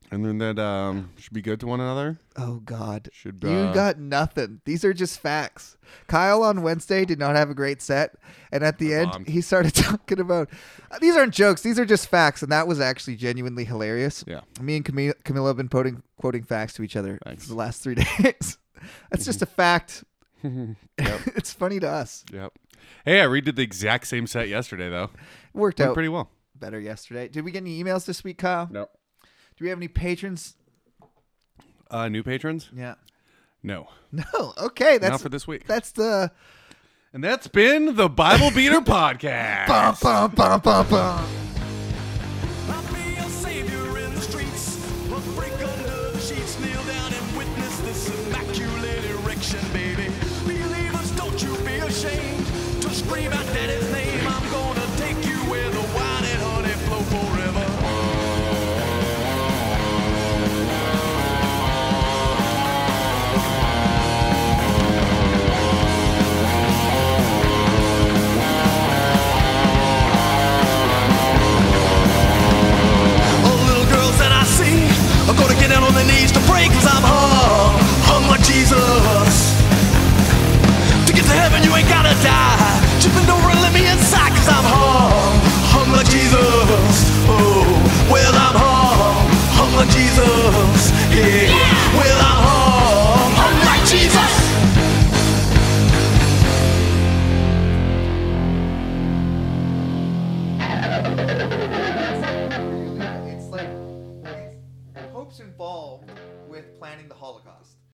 [SPEAKER 2] And then that um, should be good to one another.
[SPEAKER 1] Oh God.
[SPEAKER 2] Should,
[SPEAKER 1] you
[SPEAKER 2] uh,
[SPEAKER 1] got nothing. These are just facts. Kyle on Wednesday did not have a great set, and at the end
[SPEAKER 2] bombed.
[SPEAKER 1] he started talking about uh, these aren't jokes. These are just facts, and that was actually genuinely hilarious.
[SPEAKER 2] Yeah.
[SPEAKER 1] Me and Camille, Camilla have been quoting quoting facts to each other
[SPEAKER 2] Thanks.
[SPEAKER 1] for the last three days. That's just a fact. it's funny to us.
[SPEAKER 2] Yep. Hey, I redid the exact same set yesterday though.
[SPEAKER 1] It worked
[SPEAKER 2] Went
[SPEAKER 1] out
[SPEAKER 2] pretty well.
[SPEAKER 1] better yesterday. Did we get any emails this week, Kyle?
[SPEAKER 2] No.
[SPEAKER 1] Do we have any patrons?
[SPEAKER 2] Uh, new patrons?
[SPEAKER 1] Yeah.
[SPEAKER 2] No.
[SPEAKER 1] No. Okay.
[SPEAKER 2] Not
[SPEAKER 1] That's
[SPEAKER 2] for this week.
[SPEAKER 1] that's the
[SPEAKER 2] And that's been the Bible Beater Podcast.
[SPEAKER 1] bum bum bum bum bum.
[SPEAKER 3] I'll be your savior in the streets. But break under the sheets, kneel down and witness this immaculate erection, baby. Believers, don't you be ashamed to scream out daddy's name. I'm gonna take you where the wine and honey flow forever. All the little girls that I see are gonna get down on their knees to pray i I'm hung, hung like Jesus. To get to heaven, you ain't gotta die. Just bend over and let me inside i I'm hung, hung like Jesus. Oh, well, I'm hung, hung like Jesus. Yeah, well, I'm hung, hung like Jesus.
[SPEAKER 1] It's like hopes involved with planning the Holocaust.